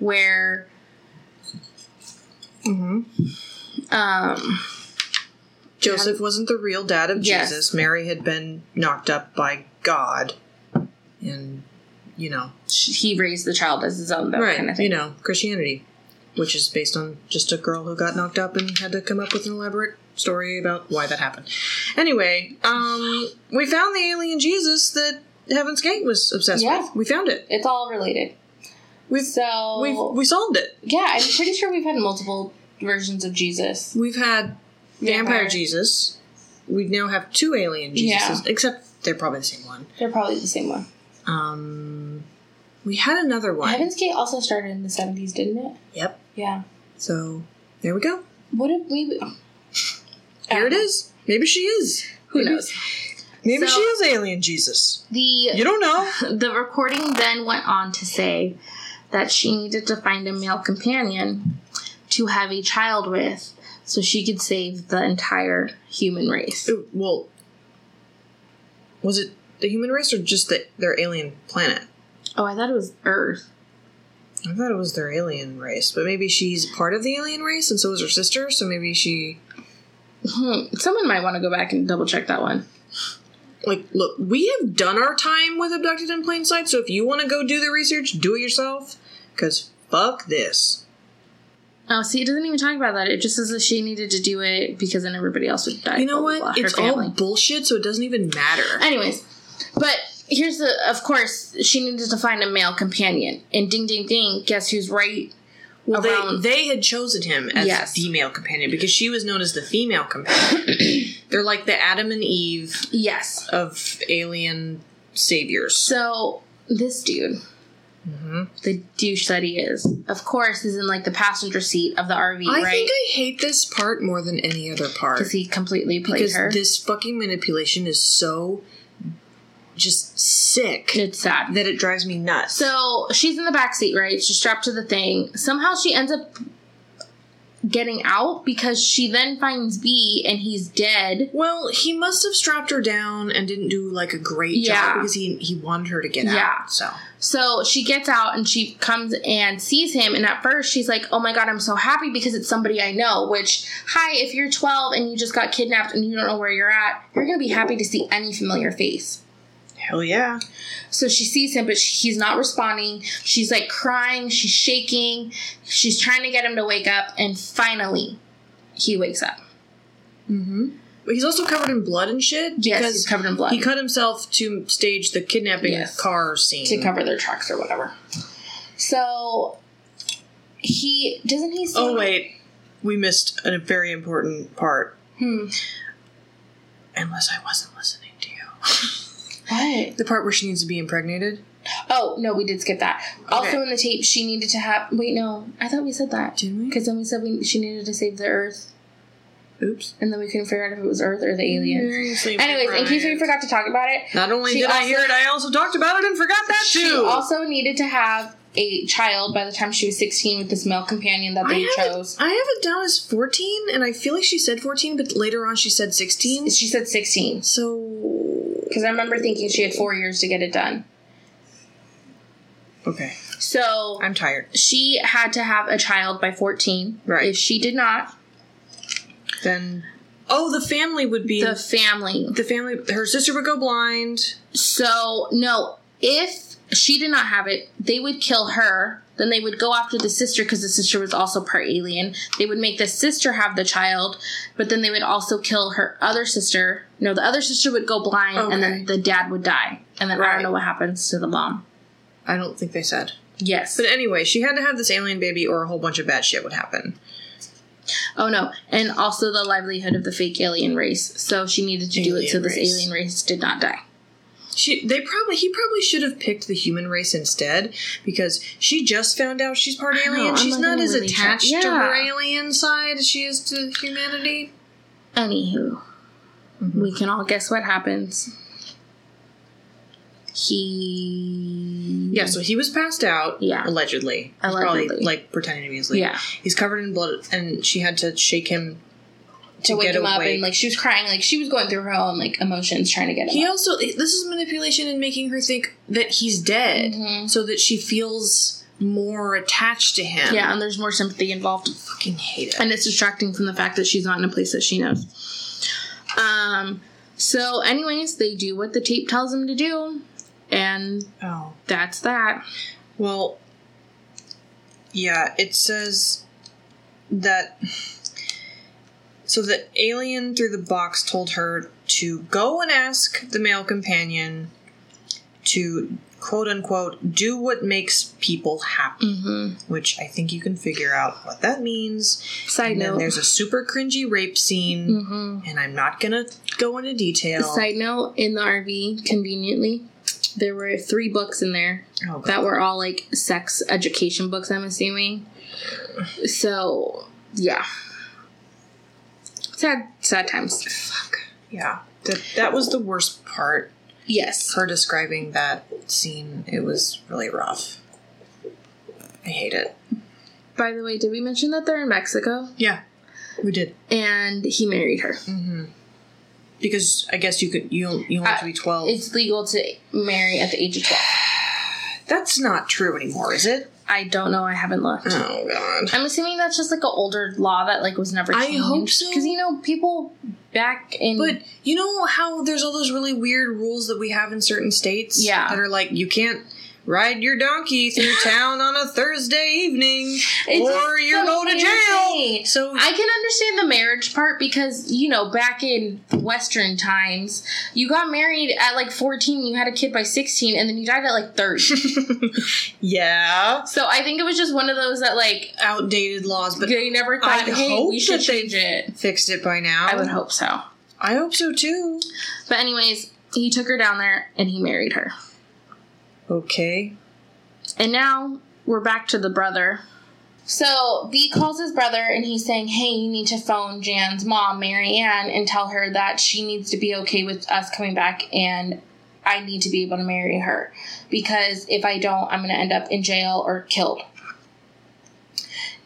Speaker 2: where
Speaker 1: Mm-hmm.
Speaker 2: um
Speaker 1: Joseph wasn't the real dad of
Speaker 2: Yes.
Speaker 1: Jesus. Mary had been knocked up by God, and you know,
Speaker 2: sh- he raised the child as his own that
Speaker 1: right?
Speaker 2: kind of
Speaker 1: you
Speaker 2: thing
Speaker 1: know, Christianity, which is based on just a girl who got knocked up and had to come up with an elaborate story about why that happened. Anyway, um, we found the alien Jesus that Heaven's Gate was obsessed
Speaker 2: Yeah.
Speaker 1: with. We found it.
Speaker 2: it's all related
Speaker 1: We've
Speaker 2: so
Speaker 1: we've we solved it.
Speaker 2: yeah i'm pretty sure we've had multiple versions of jesus
Speaker 1: We've had vampire,
Speaker 2: Vampire.
Speaker 1: Jesus. We now have two alien
Speaker 2: Yeah.
Speaker 1: Jesuses, except they're probably the same one.
Speaker 2: they're probably the same one
Speaker 1: Um, we had another one.
Speaker 2: heaven's gate also started in the 70s didn't it
Speaker 1: Yep.
Speaker 2: yeah
Speaker 1: So there we go.
Speaker 2: what if we
Speaker 1: Here it is. Maybe she is.
Speaker 2: who
Speaker 1: Maybe-
Speaker 2: knows
Speaker 1: Maybe
Speaker 2: Uh-huh.
Speaker 1: she
Speaker 2: So-
Speaker 1: is alien Jesus.
Speaker 2: the
Speaker 1: You don't know.
Speaker 2: The recording then went on to say that she needed to find a male companion to have a child with so she could save the entire human race.
Speaker 1: It- well, was it the human race or just the, their alien planet?
Speaker 2: Oh, I thought it was Earth.
Speaker 1: I thought it was their alien race, but maybe she's part of the alien race and so is her sister, so maybe she
Speaker 2: Hmm. Someone might want to go back and double check that one.
Speaker 1: like look, we have done our time with abducted in plain sight, so if you want to go do the research, do it yourself cuz fuck this.
Speaker 2: Oh, see, it doesn't even talk about that. It just says that she needed to do it because then everybody else would die.
Speaker 1: You know
Speaker 2: blah,
Speaker 1: what?
Speaker 2: blah, blah, her
Speaker 1: it's
Speaker 2: family.
Speaker 1: all bullshit, so it doesn't even matter.
Speaker 2: Anyways, but here's the. Of course, she needed to find a male companion, and ding, ding, ding. Guess who's right? Well,
Speaker 1: They, they had chosen him as
Speaker 2: Yes.
Speaker 1: the male companion because she was known as the female companion. They're like the Adam and Eve
Speaker 2: yes.
Speaker 1: of alien saviors.
Speaker 2: So this dude,
Speaker 1: Mm-hmm.
Speaker 2: the douche that he is, of course, is in like the passenger seat of the RV,
Speaker 1: I
Speaker 2: right?
Speaker 1: think I hate this part more than any other part.
Speaker 2: Because he completely played
Speaker 1: because
Speaker 2: her.
Speaker 1: this fucking manipulation is so just sick
Speaker 2: it's sad.
Speaker 1: that it drives me nuts.
Speaker 2: So she's in the back seat, right? She's strapped to the thing. Somehow she ends up getting out because she then finds B and he's dead.
Speaker 1: well, he must have strapped her down and didn't do like a great
Speaker 2: Yeah.
Speaker 1: job because he he wanted her to get
Speaker 2: Yeah.
Speaker 1: out. So
Speaker 2: So she gets out and she comes and sees him. And at first she's like, "Oh my god, I'm so happy because it's somebody I know." Which, hi, if you're 12 and you just got kidnapped and you don't know where you're at, you're gonna be happy to see any familiar face.
Speaker 1: hell yeah,
Speaker 2: So she sees him, but she, he's not responding. She's like crying, she's shaking, she's trying to get him to wake up, and finally, he wakes up.
Speaker 1: but he's also covered in blood and shit.
Speaker 2: Yes,
Speaker 1: because
Speaker 2: he's covered in blood
Speaker 1: He cut himself to stage the kidnapping
Speaker 2: Yes.
Speaker 1: car scene.
Speaker 2: to cover their tracks or whatever. So he doesn't he say
Speaker 1: oh wait, we missed a very important part.
Speaker 2: Hmm.
Speaker 1: Unless I wasn't listening to you,
Speaker 2: What?
Speaker 1: the part where she needs to be impregnated.
Speaker 2: Oh no, we did skip that.
Speaker 1: Okay.
Speaker 2: Also in the tape, she needed to have. Wait, no, I thought we said that
Speaker 1: Did we?
Speaker 2: because then we said we, she needed to save the Earth,
Speaker 1: Oops.
Speaker 2: and then we couldn't figure out if it was Earth or the aliens.
Speaker 1: Seriously,
Speaker 2: Anyways, in case we
Speaker 1: Brian.
Speaker 2: forgot to talk about it,
Speaker 1: Not only
Speaker 2: She
Speaker 1: did I
Speaker 2: also-
Speaker 1: hear it, I also talked about it and forgot that
Speaker 2: she
Speaker 1: too.
Speaker 2: also needed to have a child by the time she was sixteen with this male companion that
Speaker 1: I
Speaker 2: they
Speaker 1: have,
Speaker 2: chose.
Speaker 1: it, I have it down as 14, and I feel like she said 14, but later on she said 16.
Speaker 2: She said sixteen
Speaker 1: So.
Speaker 2: because I remember thinking she had four years to get it done.
Speaker 1: Okay.
Speaker 2: So
Speaker 1: I'm tired.
Speaker 2: she had to have a child by 14.
Speaker 1: Right.
Speaker 2: If she did not,
Speaker 1: Then. Oh, the family would be.
Speaker 2: the
Speaker 1: The,
Speaker 2: family.
Speaker 1: family. Her sister would go blind.
Speaker 2: So, no, if she did not have it, they would kill her. Then they would go after the sister because the sister was also part alien. They would make the sister have the child, but then they would also kill her other sister. No, the other sister would go blind and then the dad would die. And then I
Speaker 1: Right.
Speaker 2: don't know what happens to the mom.
Speaker 1: I don't think they said.
Speaker 2: Yes.
Speaker 1: But anyway, she had to have this alien baby, or a whole bunch of bad shit would happen.
Speaker 2: Oh no, and also the livelihood of the fake alien race. So she needed to do it
Speaker 1: Alien
Speaker 2: so this
Speaker 1: race.
Speaker 2: alien race did not die.
Speaker 1: She, they probably, he probably should have picked the human race instead because she just found out she's part alien.
Speaker 2: I'm
Speaker 1: she's
Speaker 2: not
Speaker 1: not
Speaker 2: gonna
Speaker 1: as
Speaker 2: really check-
Speaker 1: attached to her
Speaker 2: Yeah.
Speaker 1: alien side as she is to humanity.
Speaker 2: Anywho,
Speaker 1: Mm-hmm.
Speaker 2: we can all guess what happens. He.
Speaker 1: Yeah, so he was passed out.
Speaker 2: Yeah.
Speaker 1: allegedly. He's
Speaker 2: Allegedly.
Speaker 1: probably like pretending to be asleep.
Speaker 2: Yeah.
Speaker 1: he's covered in blood, and she had to shake him to,
Speaker 2: To wake
Speaker 1: get
Speaker 2: him up,
Speaker 1: awake.
Speaker 2: and like she was crying, like she was going through her own like emotions trying to get him.
Speaker 1: he
Speaker 2: up.
Speaker 1: also this is manipulation and making her think that he's dead,
Speaker 2: Mm-hmm.
Speaker 1: so that she feels more attached to him.
Speaker 2: Yeah, and there's more sympathy involved,
Speaker 1: I fucking hate it.
Speaker 2: and it's distracting from the fact that she's not in a place that she knows. Um. So, anyways, they do what the tape tells them to do, and
Speaker 1: oh
Speaker 2: that's that.
Speaker 1: well, yeah. It says that. So the alien through the box told her to go and ask the male companion to quote unquote do what makes people happy, which I think you can figure out what that means.
Speaker 2: Side
Speaker 1: And then
Speaker 2: note.
Speaker 1: there's a super cringy rape scene, and I'm not gonna go into detail.
Speaker 2: Side note, in the RV, conveniently, there were three books in there
Speaker 1: Oh, God.
Speaker 2: that were all like sex education books, I'm assuming. So, yeah. Sad, sad times.
Speaker 1: yeah, that that was the worst part.
Speaker 2: Yes.
Speaker 1: Her describing that scene, it was really rough. I hate it.
Speaker 2: By the way, did we mention that they're in Mexico?
Speaker 1: Yeah, we did.
Speaker 2: And he married her.
Speaker 1: Because I guess you could you you only have to be twelve.
Speaker 2: It's legal to marry at the age of 12.
Speaker 1: That's not true anymore, is it?
Speaker 2: I don't know. I haven't looked.
Speaker 1: Oh god.
Speaker 2: I'm assuming that's just like an older law that like was never
Speaker 1: I
Speaker 2: changed.
Speaker 1: hope so.
Speaker 2: Because you know, people back in
Speaker 1: But you know how there's all those really weird rules that we have in certain states?
Speaker 2: Yeah.
Speaker 1: That are like you can't ride your donkey through town on a Thursday evening or
Speaker 2: just
Speaker 1: you're
Speaker 2: the
Speaker 1: going to
Speaker 2: weird
Speaker 1: jail.
Speaker 2: thing.
Speaker 1: So
Speaker 2: I can understand the marriage part because you know back in Western times, you got married at like 14, you had a kid by 16, and then you died at like 30.
Speaker 1: Yeah.
Speaker 2: so I think it was just one of those that like
Speaker 1: Outdated laws, but
Speaker 2: they never thought,
Speaker 1: I
Speaker 2: hey,
Speaker 1: hope
Speaker 2: we should
Speaker 1: that they-
Speaker 2: change it.
Speaker 1: fixed it by now.
Speaker 2: I would hope so.
Speaker 1: I hope so too.
Speaker 2: But anyways, he took her down there and he married her.
Speaker 1: Okay.
Speaker 2: And now we're back to the brother. So B calls his brother and he's saying, Hey, you need to phone Jan's mom, Mary Ann, and tell her that she needs to be okay with us coming back and I need to be able to marry her. Because if I don't, I'm gonna end up in jail or killed.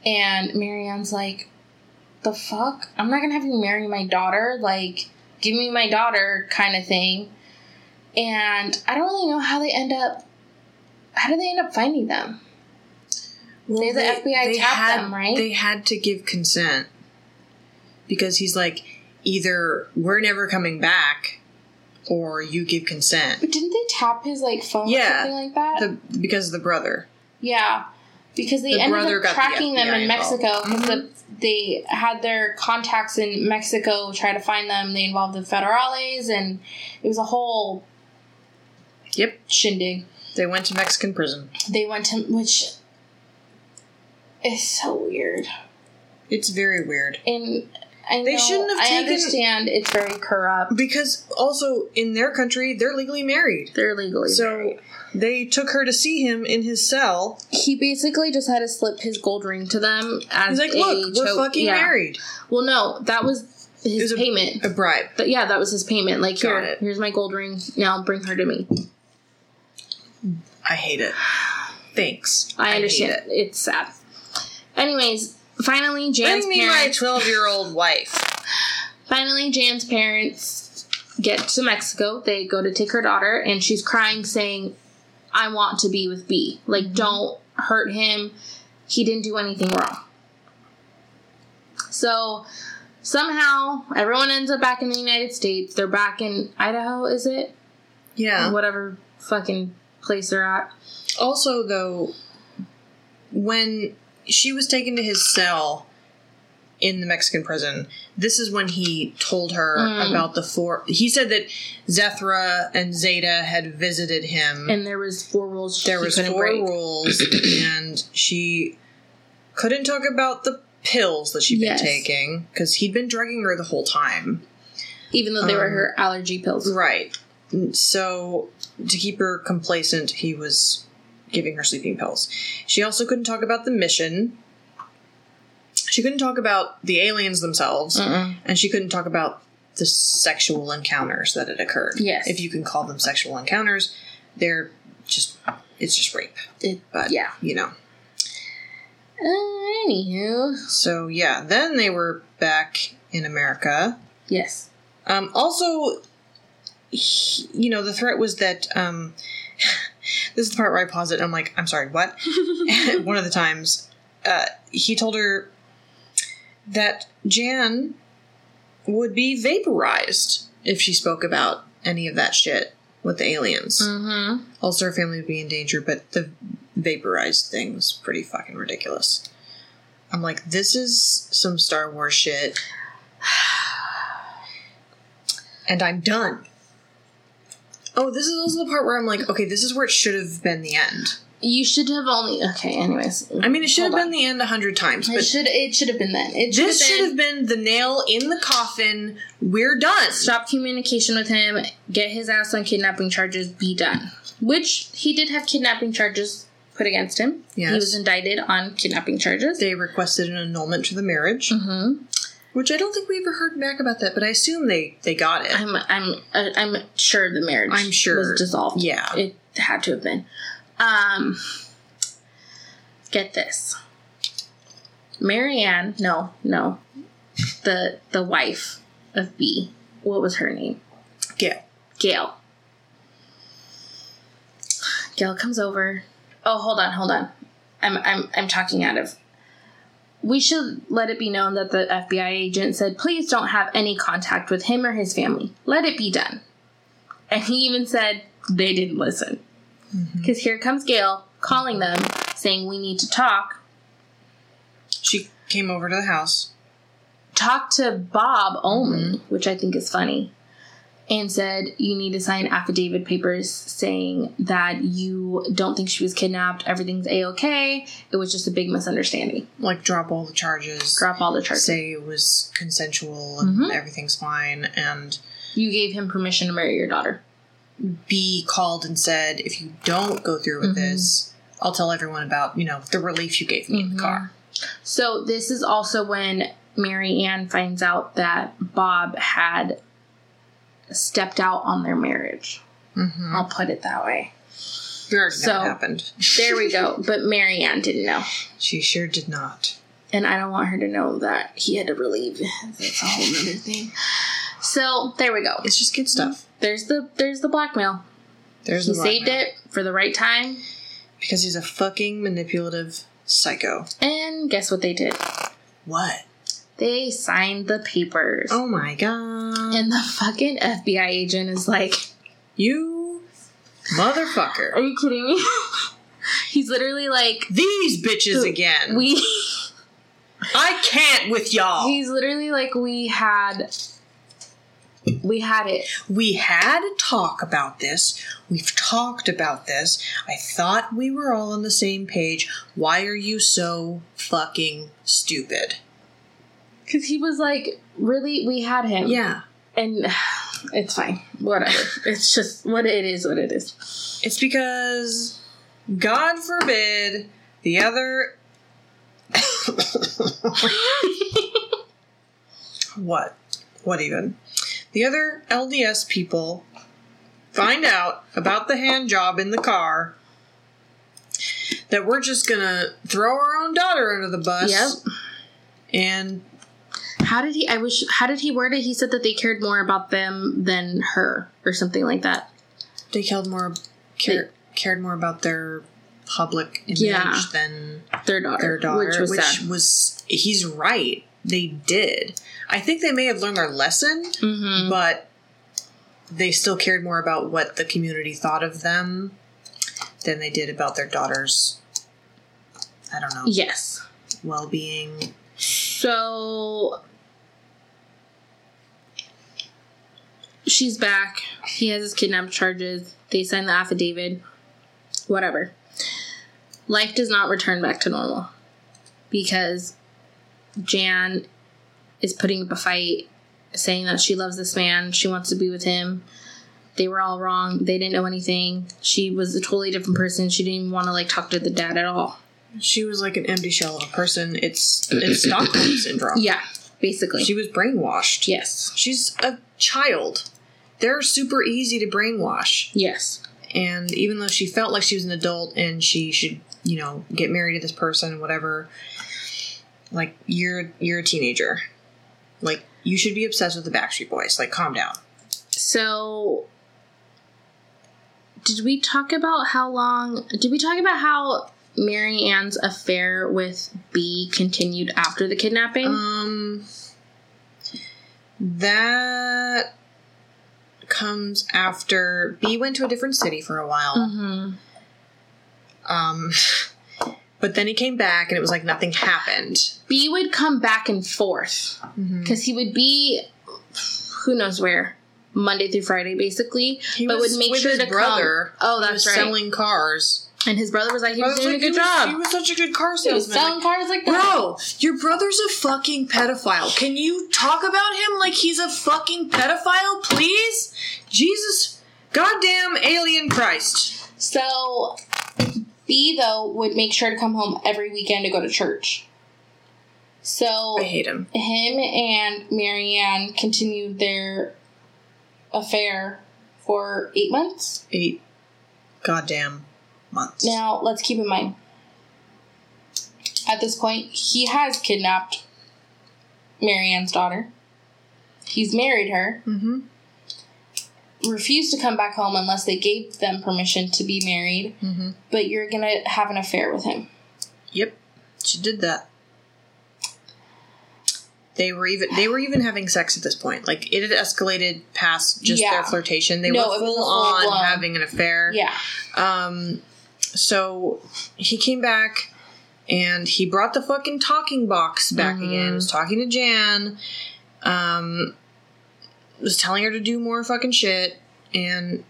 Speaker 2: And Mary Ann's like, The fuck? I'm not gonna have you marry my daughter, like, give me my daughter kind of thing. And I don't really know how they end up how do they end up finding them?
Speaker 1: Well,
Speaker 2: They- the FBI tapped
Speaker 1: had,
Speaker 2: them, right?
Speaker 1: They had to give consent because he's like, either we're never coming back, or you give consent.
Speaker 2: But didn't they tap his like phone or
Speaker 1: Yeah.
Speaker 2: something like that?
Speaker 1: The, because of the brother.
Speaker 2: yeah, because they
Speaker 1: The brother
Speaker 2: ended
Speaker 1: got
Speaker 2: up
Speaker 1: the
Speaker 2: tracking them
Speaker 1: FBI
Speaker 2: in
Speaker 1: involved. Mm-hmm.
Speaker 2: Mexico because they had their contacts in Mexico try to find them. They involved the federales, and it was a whole
Speaker 1: Yep.
Speaker 2: shindig.
Speaker 1: They went to Mexican prison.
Speaker 2: They went to which is so weird,
Speaker 1: It's very weird
Speaker 2: and I
Speaker 1: They
Speaker 2: know-
Speaker 1: shouldn't have
Speaker 2: I
Speaker 1: taken-
Speaker 2: understand it's very corrupt.
Speaker 1: because also in their country they're legally married.
Speaker 2: They're legally
Speaker 1: So they took her to see him in his cell.
Speaker 2: he basically just had to slip his gold ring to them as
Speaker 1: He's like,
Speaker 2: a
Speaker 1: "Look, we're
Speaker 2: choke-
Speaker 1: fucking
Speaker 2: yeah.
Speaker 1: married."
Speaker 2: Well, no, that was
Speaker 1: It
Speaker 2: his
Speaker 1: was a-
Speaker 2: payment.
Speaker 1: A bribe.
Speaker 2: But yeah, that was his payment. Like,
Speaker 1: Got
Speaker 2: here,
Speaker 1: it.
Speaker 2: here's my gold ring. Now bring her to me.
Speaker 1: I hate it. Thanks.
Speaker 2: I
Speaker 1: hate
Speaker 2: understand.
Speaker 1: it.
Speaker 2: It's sad. Anyways, finally, Jan's
Speaker 1: Bring me my
Speaker 2: parents.
Speaker 1: 12 year old wife.
Speaker 2: finally, Jan's parents get to Mexico. They go to take her daughter, and she's crying, saying, "I want to be with B. Like,
Speaker 1: Mm-hmm.
Speaker 2: don't hurt him. He didn't do anything wrong." So. Somehow, everyone ends up back in the United States. They're back in Idaho, is it?
Speaker 1: Yeah.
Speaker 2: whatever fucking place they're at.
Speaker 1: Also, though, when she was taken to his cell in the Mexican prison, this is when he told her
Speaker 2: Hmm.
Speaker 1: about the four. He said that Zethra and Zeta had visited him.
Speaker 2: And there was four rules.
Speaker 1: there was four rules, and she couldn't talk about the pills that she'd
Speaker 2: Yes.
Speaker 1: been taking because he'd been drugging her the whole time.
Speaker 2: even though they were her allergy pills.
Speaker 1: Um, Right. So, to keep her complacent, he was giving her sleeping pills. She also couldn't talk about the mission. She couldn't talk about the aliens themselves, and she couldn't talk about the sexual encounters that had occurred.
Speaker 2: Yes.
Speaker 1: If you can call them sexual encounters, they're just, it's just rape.
Speaker 2: It-
Speaker 1: But,
Speaker 2: yeah.
Speaker 1: you know.
Speaker 2: Uh, anywho,
Speaker 1: So, yeah, then they were back in America.
Speaker 2: yes,
Speaker 1: Um, also, he- you know, the threat was that. Um, this is the part where I pause it. And I'm like, I'm sorry, what? One of the times, uh, he told her that Jan would be vaporized if she spoke about any of that shit with the aliens.
Speaker 2: mm-hmm.
Speaker 1: Also, her family would be in danger, but the vaporized thing's pretty fucking ridiculous. I'm like, this is some Star Wars shit. And I'm done. Oh, this is also the part where I'm like, okay, this is where it should have been the end.
Speaker 2: you should have only okay. Anyways,
Speaker 1: I mean, it should
Speaker 2: Hold
Speaker 1: have been
Speaker 2: on.
Speaker 1: the end a hundred times,
Speaker 2: it
Speaker 1: but
Speaker 2: should it should have been then. It should
Speaker 1: this should
Speaker 2: have
Speaker 1: have been
Speaker 2: been.
Speaker 1: the nail in the coffin. We're done.
Speaker 2: Stop communication with him. Get his ass on kidnapping charges. Be done. Which he did have kidnapping charges put against him.
Speaker 1: Yes.
Speaker 2: He was indicted on kidnapping charges.
Speaker 1: They requested an annulment to the marriage,
Speaker 2: mm-hmm.
Speaker 1: which I don't think we ever heard back about that, but I assume they, they got it.
Speaker 2: I'm I'm uh, I'm sure the marriage
Speaker 1: I'm sure.
Speaker 2: was dissolved.
Speaker 1: Yeah.
Speaker 2: It had to have been. Um get this. Marianne, no, no. The the wife of B what was her name?
Speaker 1: Gail.
Speaker 2: Gail. Gail comes over. Oh, hold on, hold on. I'm I'm I'm talking out of. We should let it be known that the FBI agent said, "Please don't have any contact with him or his family. Let it be done." And he even said they didn't listen. Because here comes Gail calling them, saying, "We need to talk.
Speaker 1: She came over to the house.
Speaker 2: Talk to Bob only," which I think is funny. and said you need to sign affidavit papers saying that you don't think she was kidnapped, everything's a okay. It was just a big misunderstanding.
Speaker 1: Like, drop all the charges.
Speaker 2: Drop all the charges.
Speaker 1: Say it was consensual and
Speaker 2: Mhm.
Speaker 1: everything's fine. And
Speaker 2: you gave him permission to marry your daughter.
Speaker 1: B called and said, if you don't go through with
Speaker 2: Mhm.
Speaker 1: this, I'll tell everyone about, you know, the relief you gave me in
Speaker 2: Mhm.
Speaker 1: the car.
Speaker 2: So this is also when Mary Ann finds out that Bob had stepped out on their marriage.
Speaker 1: Mm-hmm.
Speaker 2: I'll put it that way.
Speaker 1: Weird
Speaker 2: So-
Speaker 1: that happened.
Speaker 2: There we go. but Mary Ann didn't know.
Speaker 1: She sure did not.
Speaker 2: and I don't want her to know that he had to leave. That's a whole other thing. So there we go.
Speaker 1: It's just good stuff.
Speaker 2: There's the there's the blackmail.
Speaker 1: There's
Speaker 2: Mm-hmm. he
Speaker 1: the
Speaker 2: saved
Speaker 1: blackmail.
Speaker 2: it for the right time,
Speaker 1: because he's a fucking manipulative psycho.
Speaker 2: and guess what they did?
Speaker 1: What?
Speaker 2: They signed the papers,
Speaker 1: Oh my god!
Speaker 2: and the fucking FBI agent is like,
Speaker 1: you
Speaker 2: "Are
Speaker 1: motherfucker!
Speaker 2: you kidding me?" He's literally like,
Speaker 1: These bitches again.
Speaker 2: "We."
Speaker 1: I can't with y'all.
Speaker 2: He's literally like, "We had." We had it.
Speaker 1: we had a talk about this. We've talked about this. I thought we were all on the same page. Why are you so fucking stupid?
Speaker 2: Because he was like, really? We had him.
Speaker 1: Yeah.
Speaker 2: and it's fine. Whatever. It's just what it is. What it is.
Speaker 1: It's because, God forbid, the other. what? What even? The other LDS people find out about the hand job in the car that we're just gonna throw our own daughter under the bus.
Speaker 2: Yep.
Speaker 1: And
Speaker 2: How did he? I wish. How did he word it? He said that they cared more about them than her, or something like that.
Speaker 1: they cared more cared, cared more about their public image
Speaker 2: Yeah.
Speaker 1: than
Speaker 2: Their daughter,
Speaker 1: their daughter,
Speaker 2: which
Speaker 1: which,
Speaker 2: was
Speaker 1: was,
Speaker 2: sad.
Speaker 1: he's right. They did. I think they may have learned their lesson,
Speaker 2: hmm
Speaker 1: but they still cared more about what the community thought of them than they did about their daughters. I don't know
Speaker 2: Yes.
Speaker 1: well being.
Speaker 2: So she's back. He has his kidnap charges. They sign the affidavit. Whatever. Life does not return back to normal because Jan is putting up a fight, saying that she loves this man. She wants to be with him. They were all wrong. They didn't know anything. She was a totally different person. She didn't even want to like talk to the dad at all.
Speaker 1: She was like an empty shell of a person. It's it's Stockholm syndrome.
Speaker 2: Yeah, basically.
Speaker 1: She was brainwashed.
Speaker 2: yes.
Speaker 1: She's a child. They're super easy to brainwash.
Speaker 2: Yes.
Speaker 1: and even though she felt like she was an adult and she should you know get married to this person whatever like you're you're a teenager like you should be obsessed with the backstreet boys like calm down
Speaker 2: So, did we talk about how long? Did we talk about how Mary Ann's affair with B continued after the kidnapping?
Speaker 1: um that comes after b went to a different city for a while
Speaker 2: hmm Mm-hmm.
Speaker 1: um but then he came back and it was like nothing happened
Speaker 2: B would come back and forth
Speaker 1: Mm-hmm.
Speaker 2: because he would be who knows where Monday through Friday, basically.
Speaker 1: he
Speaker 2: but would make
Speaker 1: with
Speaker 2: sure
Speaker 1: his
Speaker 2: to
Speaker 1: brother
Speaker 2: come. Oh,
Speaker 1: he was
Speaker 2: that's right.
Speaker 1: selling cars
Speaker 2: and his brother was like, he was
Speaker 1: Brother's
Speaker 2: doing
Speaker 1: like,
Speaker 2: a good
Speaker 1: he was-
Speaker 2: job.
Speaker 1: he was such a good car
Speaker 2: He was
Speaker 1: salesman.
Speaker 2: selling
Speaker 1: Like,
Speaker 2: cars like that.
Speaker 1: Bro, your brother's a fucking pedophile. Can you talk about him like he's a fucking pedophile, please? Jesus, goddamn alien Christ.
Speaker 2: So B though would make sure to come home every weekend to go to church. So
Speaker 1: I hate him.
Speaker 2: him and Marianne continued their affair for eight months.
Speaker 1: Eight goddamn months.
Speaker 2: Now let's keep in mind. At this point, he has kidnapped Marianne's daughter. He's married her,
Speaker 1: Mm-hmm.
Speaker 2: refused to come back home unless they gave them permission to be married,
Speaker 1: Mm-hmm.
Speaker 2: but you're gonna have an affair with him.
Speaker 1: Yep, she did that. They were even they were even having sex at this point. Like it had escalated past just
Speaker 2: Yeah.
Speaker 1: their flirtation. They
Speaker 2: No,
Speaker 1: were
Speaker 2: it was
Speaker 1: full on
Speaker 2: full-blown.
Speaker 1: having an affair.
Speaker 2: Yeah.
Speaker 1: Um, so he came back and he brought the fucking talking box back again. Was talking to Jan. Um, was telling her to do more fucking shit, and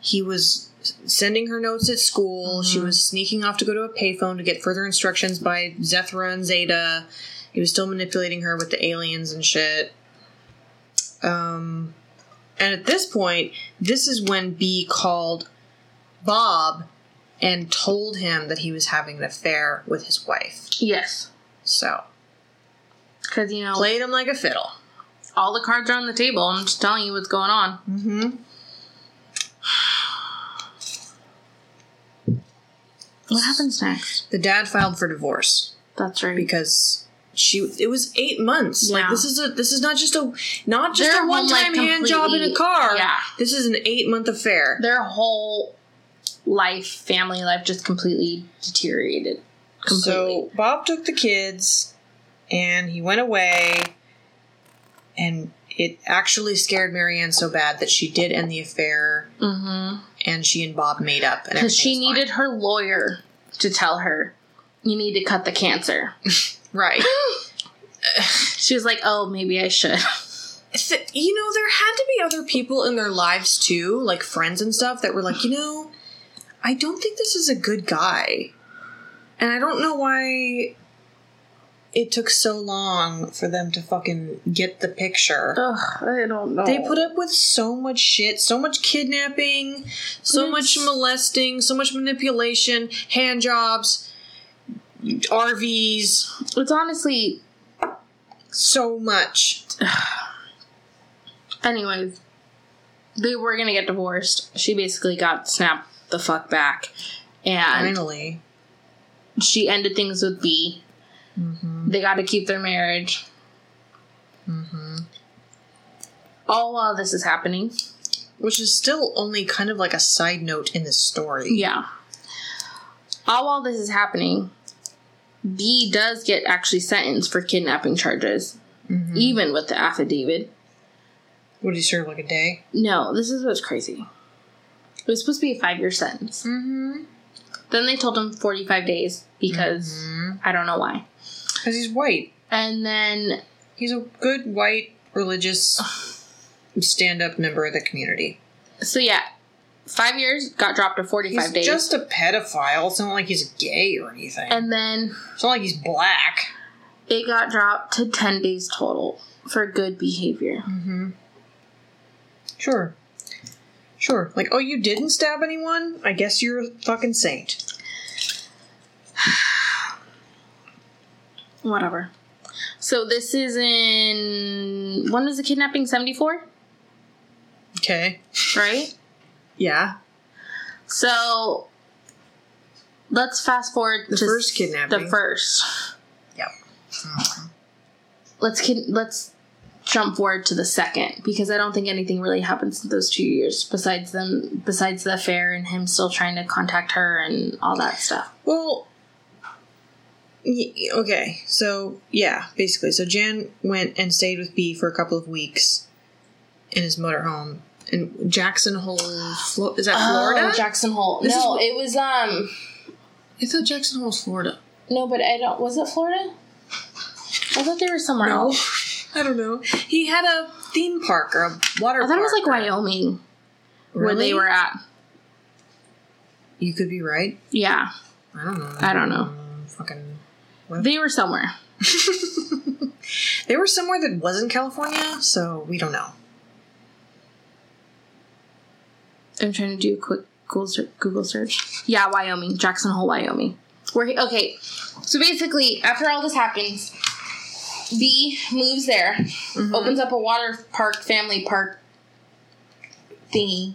Speaker 1: he was sending her notes at school. She was sneaking off to go to a payphone to get further instructions by Zethra and Zeta. He was still manipulating her with the aliens and shit. Um, and at this point, this is when B called Bob and told him that he was having an affair with his wife.
Speaker 2: Yes.
Speaker 1: So,
Speaker 2: Because, you know,
Speaker 1: played him like a fiddle.
Speaker 2: all the cards are on the table. I'm just telling you what's going on.
Speaker 1: Mm-hmm.
Speaker 2: What happens next?
Speaker 1: The dad filed for divorce
Speaker 2: That's right.
Speaker 1: because she it was eight months. Like
Speaker 2: Yeah.
Speaker 1: this is a this is not just a not just
Speaker 2: Their
Speaker 1: a
Speaker 2: whole,
Speaker 1: one time
Speaker 2: like,
Speaker 1: hand job in a
Speaker 2: completely-
Speaker 1: car.
Speaker 2: yeah.
Speaker 1: This is an eight month affair.
Speaker 2: their whole life, family life, just completely deteriorated. Completely.
Speaker 1: So Bob took the kids and he went away and it actually scared Marianne so bad that she did end the affair
Speaker 2: Because
Speaker 1: and she and Bob made up and everything
Speaker 2: Mm-hmm. she
Speaker 1: was fine.
Speaker 2: needed her lawyer to tell her, you need to cut the cancer.
Speaker 1: right.
Speaker 2: She was like, oh, maybe I should.
Speaker 1: Th- you know, there had to be other people in their lives too, like friends and stuff, that were like, you know, I don't think this is a good guy, and I don't know why it took so long for them to fucking get the picture.
Speaker 2: Ugh, I don't know.
Speaker 1: They put up with so much shit, so much kidnapping, so much
Speaker 2: it's-
Speaker 1: molesting, so much manipulation, hand jobs, RVs,
Speaker 2: It's honestly,
Speaker 1: so much.
Speaker 2: anyways, they were gonna get divorced. She basically got snapped the fuck back, and
Speaker 1: Finally.
Speaker 2: she ended things with B.
Speaker 1: Mm-hmm.
Speaker 2: They got to keep their marriage.
Speaker 1: Mm-hmm.
Speaker 2: All while this is happening.
Speaker 1: which is still only kind of like a side note in the story.
Speaker 2: Yeah. All while this is happening, B does get actually sentenced for kidnapping charges,
Speaker 1: Mm-hmm.
Speaker 2: even with the affidavit.
Speaker 1: What do you serve like a day?
Speaker 2: No, this is what's crazy. It was supposed to be a five year sentence.
Speaker 1: Mm-hmm.
Speaker 2: Then they told him 45 days because
Speaker 1: Mm-hmm.
Speaker 2: I don't know why.
Speaker 1: Because he's white.
Speaker 2: And then
Speaker 1: He's a good white religious stand-up member of the community.
Speaker 2: So yeah, five years got dropped to forty
Speaker 1: He's
Speaker 2: five days,
Speaker 1: just a pedophile. It's not like he's gay or anything.
Speaker 2: and then
Speaker 1: it's not like he's black.
Speaker 2: it got dropped to ten days total for good behavior.
Speaker 1: Sure. Sure. Like, oh, you didn't stab anyone? I guess you're a fucking saint.
Speaker 2: Whatever. So this is in when was the kidnapping seventy four,
Speaker 1: Okay.
Speaker 2: right?
Speaker 1: Yeah.
Speaker 2: So let's fast forward
Speaker 1: The
Speaker 2: to
Speaker 1: first kidnapping.
Speaker 2: The first.
Speaker 1: Yep.
Speaker 2: Let's kid, let's jump forward to the second because I don't think anything really happens in those two years besides them besides the affair and him still trying to contact her and all that stuff.
Speaker 1: Well, y- okay. So, yeah, basically. So, Jan went and stayed with B for a couple of weeks in his motorhome in Jackson Hole. Flo- is that Florida?
Speaker 2: Oh, Jackson Hole.
Speaker 1: This
Speaker 2: no,
Speaker 1: is-
Speaker 2: it was um
Speaker 1: I thought Jackson Hole was Florida.
Speaker 2: no, but I don't was it Florida? I thought they were somewhere else.
Speaker 1: I don't know. He had a theme park or a water
Speaker 2: I thought it was
Speaker 1: park
Speaker 2: like
Speaker 1: or-
Speaker 2: Wyoming where
Speaker 1: Really?
Speaker 2: they were at.
Speaker 1: You could be right.
Speaker 2: Yeah.
Speaker 1: I don't know.
Speaker 2: I don't know.
Speaker 1: Fucking.
Speaker 2: They were somewhere.
Speaker 1: They were somewhere that wasn't California, so we don't know.
Speaker 2: I'm trying to do a quick Google search. Google search. Yeah, Wyoming, Jackson Hole, Wyoming. Where he, okay, so basically, after all this happens, B moves there, opens up a water park, family park thingy.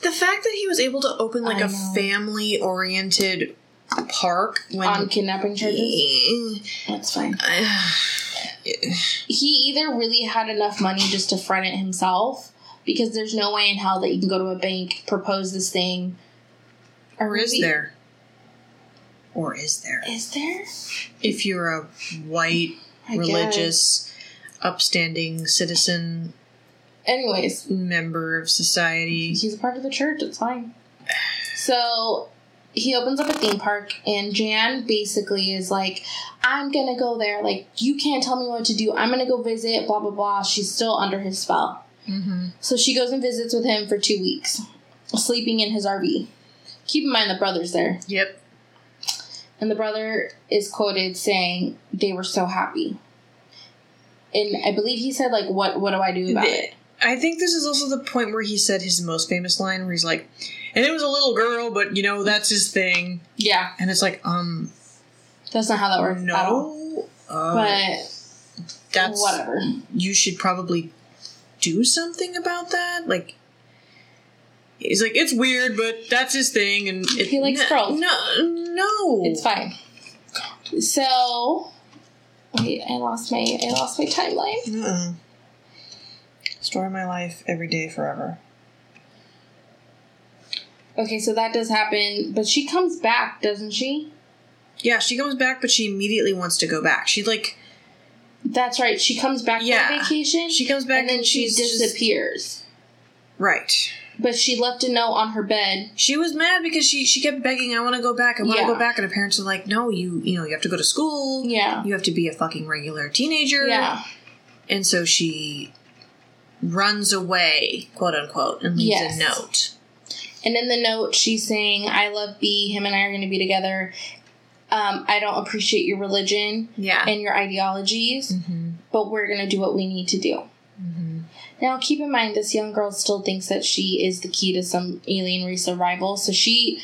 Speaker 1: The fact that he was able to open like
Speaker 2: I
Speaker 1: a
Speaker 2: know.
Speaker 1: family oriented park when
Speaker 2: on kidnapping charges.
Speaker 1: Eh,
Speaker 2: That's fine.
Speaker 1: eh,
Speaker 2: he either really had enough money just to front it himself because there's no way in hell that you can go to a bank, propose this thing.
Speaker 1: Or is
Speaker 2: really-
Speaker 1: there? Or is there?
Speaker 2: Is there?
Speaker 1: If you're a white,
Speaker 2: I guess.
Speaker 1: religious, upstanding citizen
Speaker 2: Anyways,
Speaker 1: member of society,
Speaker 2: he's a part of the church. It's fine. So he opens up a theme park, and Jan basically is like, "I'm gonna go there. Like you can't tell me what to do. I'm gonna go visit. Blah blah blah." She's still under his spell.
Speaker 1: Mm-hmm.
Speaker 2: So she goes and visits with him for two weeks, sleeping in his RV. Keep in mind the brother's there.
Speaker 1: yep,
Speaker 2: And the brother is quoted saying they were so happy. And I believe he said, like, what what do I do about
Speaker 1: The-
Speaker 2: it?
Speaker 1: I think this is also the point where he said his most famous line, where he's like, "And it was a little girl, but you know that's his thing."
Speaker 2: Yeah.
Speaker 1: And it's like, um,
Speaker 2: That's not how that works. At all.
Speaker 1: no, uh,
Speaker 2: But
Speaker 1: that's
Speaker 2: whatever.
Speaker 1: you should probably do something about that. Like, he's like, it's weird, but that's his thing, and it,
Speaker 2: He likes
Speaker 1: no,
Speaker 2: girls.
Speaker 1: No, no,
Speaker 2: It's fine. So wait, I lost my I lost my timeline.
Speaker 1: Mm-mm. Story of my life, every day, forever.
Speaker 2: Okay, so that does happen, but she comes back, doesn't she?
Speaker 1: Yeah, she comes back, but she immediately wants to go back. She like
Speaker 2: That's right. She comes back
Speaker 1: Yeah.
Speaker 2: from vacation.
Speaker 1: she comes back
Speaker 2: and then she
Speaker 1: she's just-
Speaker 2: disappears.
Speaker 1: right.
Speaker 2: But she left a note on her bed.
Speaker 1: She was mad because she she kept begging, "I want to go back. I want to
Speaker 2: Yeah.
Speaker 1: go back." And her parents are like, "No, you you know you have to go to school.
Speaker 2: Yeah.
Speaker 1: You have to be a fucking regular teenager."
Speaker 2: Yeah.
Speaker 1: And so she runs away, quote unquote, and leaves
Speaker 2: Yes.
Speaker 1: a note.
Speaker 2: And in the note, she's saying, I love B. Him and I are going to be together. Um, I don't appreciate your religion
Speaker 1: Yeah.
Speaker 2: and your ideologies,
Speaker 1: mm-hmm.
Speaker 2: but we're going to do what we need to do.
Speaker 1: Mm-hmm.
Speaker 2: Now, keep in mind, this young girl still thinks that she is the key to some alien race survival. So she,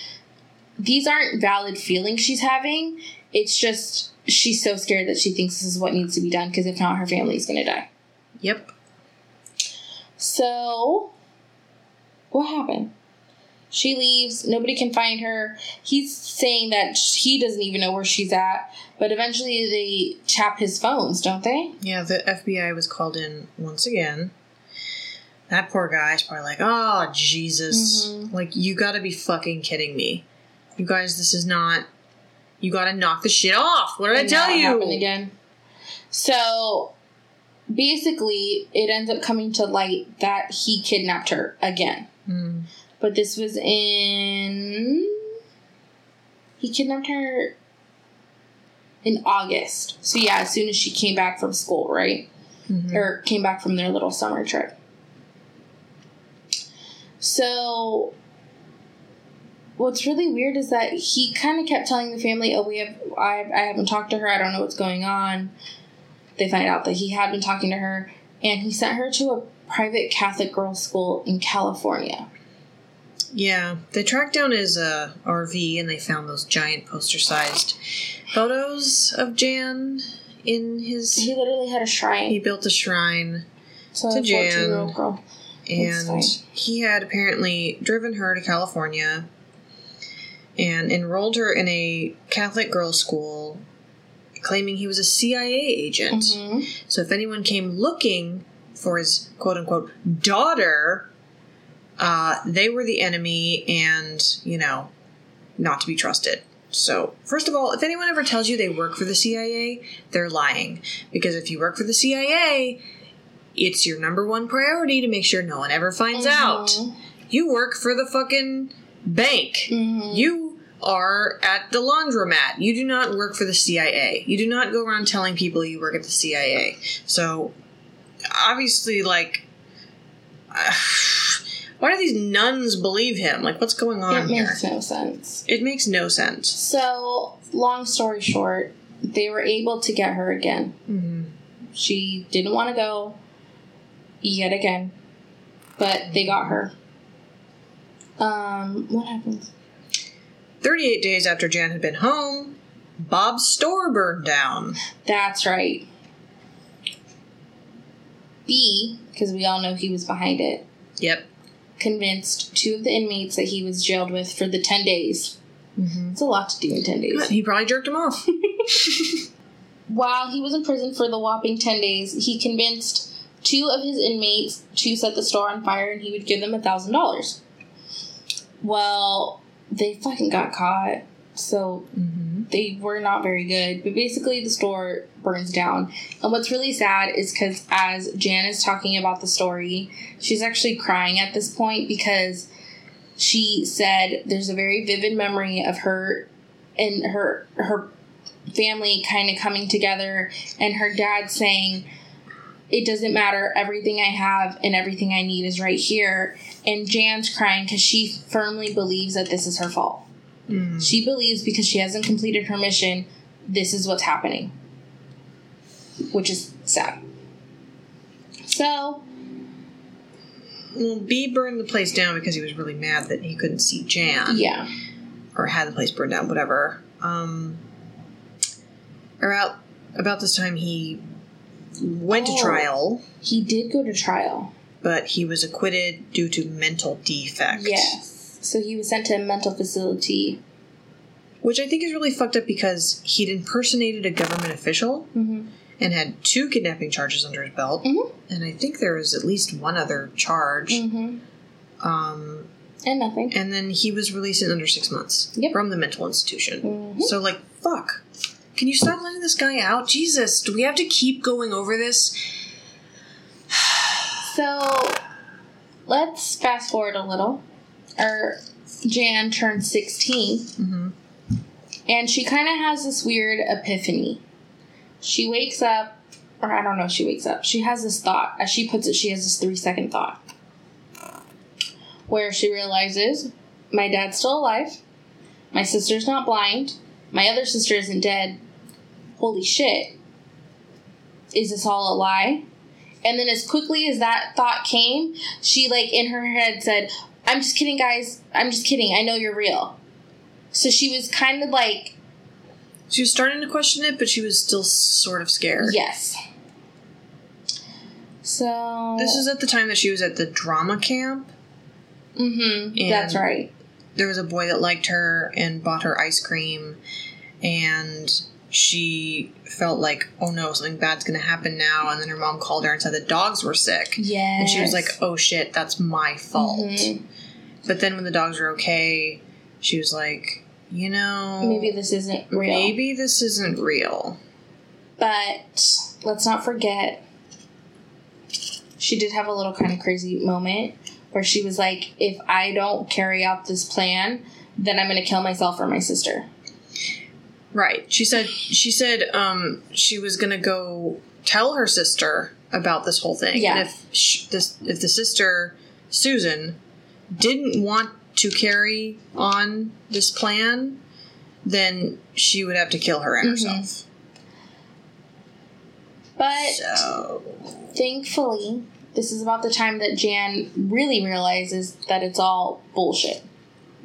Speaker 2: these aren't valid feelings she's having. It's just she's so scared that she thinks this is what needs to be done because if not, her family's going to die.
Speaker 1: Yep.
Speaker 2: So, what happened? She leaves. Nobody can find her. He's saying that he doesn't even know where she's at. But eventually, they tap his phones, don't they?
Speaker 1: Yeah, the FBI was called in once again. That poor guy's probably like, oh, Jesus.
Speaker 2: Mhm.
Speaker 1: Like, you gotta be fucking kidding me. You guys, this is not. You gotta knock the shit off. What did I
Speaker 2: And
Speaker 1: tell
Speaker 2: that happened
Speaker 1: you?
Speaker 2: again. So, basically, it ends up coming to light that he kidnapped her again.
Speaker 1: Mm.
Speaker 2: But this was in. He kidnapped her in August. So, yeah, as soon as she came back from school, right?
Speaker 1: Mhm.
Speaker 2: or came back from their little summer trip. So, what's really weird is that he kind of kept telling the family, "Oh, we have I, I haven't talked to her. I don't know what's going on." They find out that he had been talking to her, and he sent her to a private Catholic girls' school in California.
Speaker 1: Yeah, they tracked down his uh, RV and they found those giant poster sized photos of Jan in his.
Speaker 2: He literally had a
Speaker 1: He
Speaker 2: shrine
Speaker 1: built a shrine
Speaker 2: to a
Speaker 1: to Jan.
Speaker 2: fourteen-year-old girl. That's
Speaker 1: and
Speaker 2: fine.
Speaker 1: he had apparently driven her to California and enrolled her in a Catholic girls' school, claiming he was a CIA agent.
Speaker 2: Mhm.
Speaker 1: So if anyone came looking for his quote unquote daughter, uh, they were the enemy and, you know, not to be trusted. So, first of all, if anyone ever tells you they work for the CIA, they're lying. Because if you work for the CIA, it's your number one priority to make sure no one ever finds out.
Speaker 2: Mhm.
Speaker 1: You work for the fucking bank.
Speaker 2: Mhm.
Speaker 1: You are at the laundromat. You do not work for the CIA. You do not go around telling people you work at the CIA. So, obviously, like, why do these nuns believe him? Like, what's going on
Speaker 2: It
Speaker 1: here?
Speaker 2: makes no sense.
Speaker 1: It makes no sense.
Speaker 2: So, long story short, they were able to get her again.
Speaker 1: Mm-hmm.
Speaker 2: She didn't want to go yet again, but
Speaker 1: Mm-hmm.
Speaker 2: they got her. Um, what happens?
Speaker 1: 38 days after Jan had been home, Bob's store burned down.
Speaker 2: That's right. B, because we all know he was behind it,
Speaker 1: Yep.
Speaker 2: convinced two of the inmates that he was jailed with for the 10 days.
Speaker 1: Mm-hmm.
Speaker 2: It's a lot to do in 10 days.
Speaker 1: He probably jerked him off.
Speaker 2: while he was in prison for the whopping 10 days, he convinced two of his inmates to set the store on fire and he would give them $1,000. Well, they fucking got caught, so
Speaker 1: Mm-hmm.
Speaker 2: they were not very good. But basically, the store burns down. And what's really sad is because as Jan is talking about the story, she's actually crying at this point because she said there's a very vivid memory of her and her her family kind of coming together and her dad saying it doesn't matter everything i have and everything i need is right here and jan's crying because she firmly believes that this is her fault she believes because she hasn't completed her mission, this is what's happening. Which is sad. So,
Speaker 1: Well, B burned the place down because he was really mad that he couldn't see Jan
Speaker 2: yeah.
Speaker 1: or had the place burned down, whatever. Um, about about this time, he went
Speaker 2: Oh.
Speaker 1: to trial,
Speaker 2: He did go to trial.
Speaker 1: but he was acquitted due to mental defect.
Speaker 2: Yes. So he was sent to a mental facility.
Speaker 1: which I think is really fucked up because he'd impersonated a government official
Speaker 2: Mm-hmm.
Speaker 1: and had two kidnapping charges under his belt,
Speaker 2: Mhm.
Speaker 1: and I think there was at least one other charge.
Speaker 2: Mm-hmm.
Speaker 1: Um,
Speaker 2: And nothing.
Speaker 1: and then he was released in under six months
Speaker 2: Yep.
Speaker 1: from the mental institution.
Speaker 2: Mhm.
Speaker 1: So, like, fuck. Can you stop letting this guy out? Jesus, do we have to keep going over this?
Speaker 2: So, let's fast forward a little. Or Jan turned 16.
Speaker 1: Mm-hmm.
Speaker 2: And she kind of has this weird epiphany. She wakes up, or I don't know if she wakes up. She has this thought. As she puts it, she has this three second thought where she realizes my dad's still alive, my sister's not blind, my other sister isn't dead. Holy shit. Is this all a lie? And then, as quickly as that thought came, she, like, in her head said, I'm just kidding, guys. I'm just kidding. I know you're real. So she was kind of like
Speaker 1: She was starting to question it, but she was still sort of scared.
Speaker 2: Yes. So
Speaker 1: This is at the time that she was at the drama camp.
Speaker 2: hmm
Speaker 1: and-
Speaker 2: that's right.
Speaker 1: there was a boy that liked her and bought her ice cream and she felt like oh no something bad's gonna happen now and then her mom called her and said the dogs were sick
Speaker 2: Yes.
Speaker 1: and she was like oh shit that's my fault
Speaker 2: Mhm.
Speaker 1: but then when the dogs were okay she was like you know
Speaker 2: maybe this isn't real.
Speaker 1: maybe this isn't real
Speaker 2: But let's not forget, she did have a little kind of crazy moment where she was like, "If I don't carry out this plan, then I'm going to kill myself or my sister."
Speaker 1: right she said she said um she was gonna go tell her sister about this whole thing
Speaker 2: Yeah.
Speaker 1: and if sh this if the sister susan didn't want to carry on this plan then she would have to kill her and
Speaker 2: Mm-hmm.
Speaker 1: herself
Speaker 2: But
Speaker 1: so
Speaker 2: thankfully, this is about the time that Jan really realizes that it's all bullshit.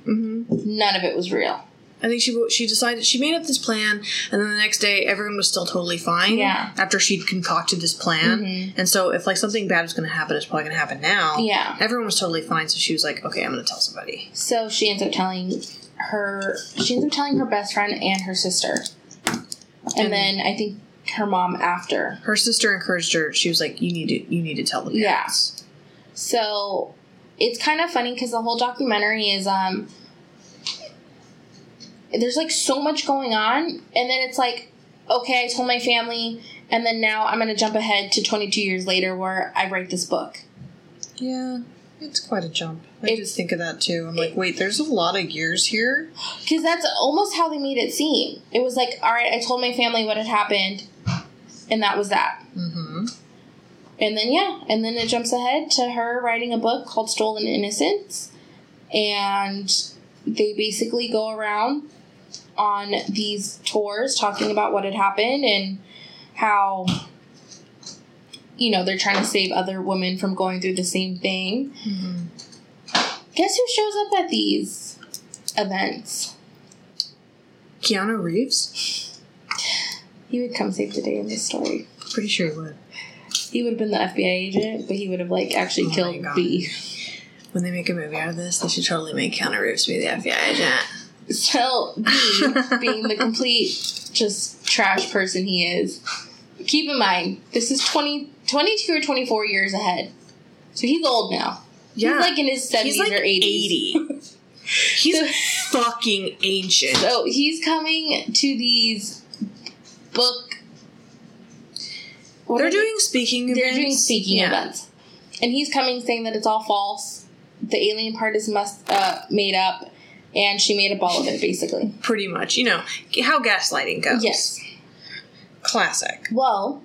Speaker 1: hmm
Speaker 2: None of it was real.
Speaker 1: I think she she decided she made up this plan, and then the next day everyone was still totally fine.
Speaker 2: Yeah.
Speaker 1: After she'd concocted this plan,
Speaker 2: Mhm.
Speaker 1: and so if like something bad was going to happen, it's probably going to happen now.
Speaker 2: Yeah.
Speaker 1: Everyone was totally fine, so she was like, "Okay, I'm going to tell somebody."
Speaker 2: So she ends up telling her she ends up telling her best friend and her sister. And
Speaker 1: And-
Speaker 2: then I think her mom after.
Speaker 1: Her sister encouraged her. She was like, "You need to you need to tell the
Speaker 2: Yeah.
Speaker 1: parents."
Speaker 2: So it's kind of funny cuz the whole documentary is um there's like so much going on and then it's like okay, I told my family and then now I'm going to jump ahead to 22 years later where I write this book.
Speaker 1: Yeah. It's quite a jump. I
Speaker 2: It's-
Speaker 1: just think of that too. I'm like, wait, there's a lot of years here.
Speaker 2: Because that's almost how they made it seem. It was like, all right, I told my family what had happened, and that was that.
Speaker 1: Mm-hmm.
Speaker 2: And then, yeah, and then it jumps ahead to her writing a book called Stolen Innocence. And they basically go around on these tours talking about what had happened and how, you know, they're trying to save other women from going through the same thing.
Speaker 1: mm-hmm.
Speaker 2: Guess who shows up at these events?
Speaker 1: Keanu Reeves.
Speaker 2: He would come save the day in this story.
Speaker 1: Pretty sure he would.
Speaker 2: He would have been the FBI agent, but he would have like actually
Speaker 1: Oh my
Speaker 2: killed
Speaker 1: God.
Speaker 2: B.
Speaker 1: When they make a movie out of this, they should totally make Keanu Reeves be the FBI agent.
Speaker 2: So, Dean, being the complete just trash person he is, keep in mind, this is 20, 22 or 24 years ahead. So he's old now.
Speaker 1: Yeah.
Speaker 2: He's like in his 70s
Speaker 1: He's like
Speaker 2: or 80s.
Speaker 1: 80. He's fucking ancient.
Speaker 2: So he's coming to these book. what
Speaker 1: they're
Speaker 2: are they-
Speaker 1: doing speaking
Speaker 2: They're
Speaker 1: events.
Speaker 2: doing speaking
Speaker 1: Yeah.
Speaker 2: events, and he's coming saying that it's all false. The alien part is must uh, made up, and she made up all of it basically.
Speaker 1: Pretty much. You know, how gaslighting goes.
Speaker 2: Yes.
Speaker 1: Classic.
Speaker 2: Well,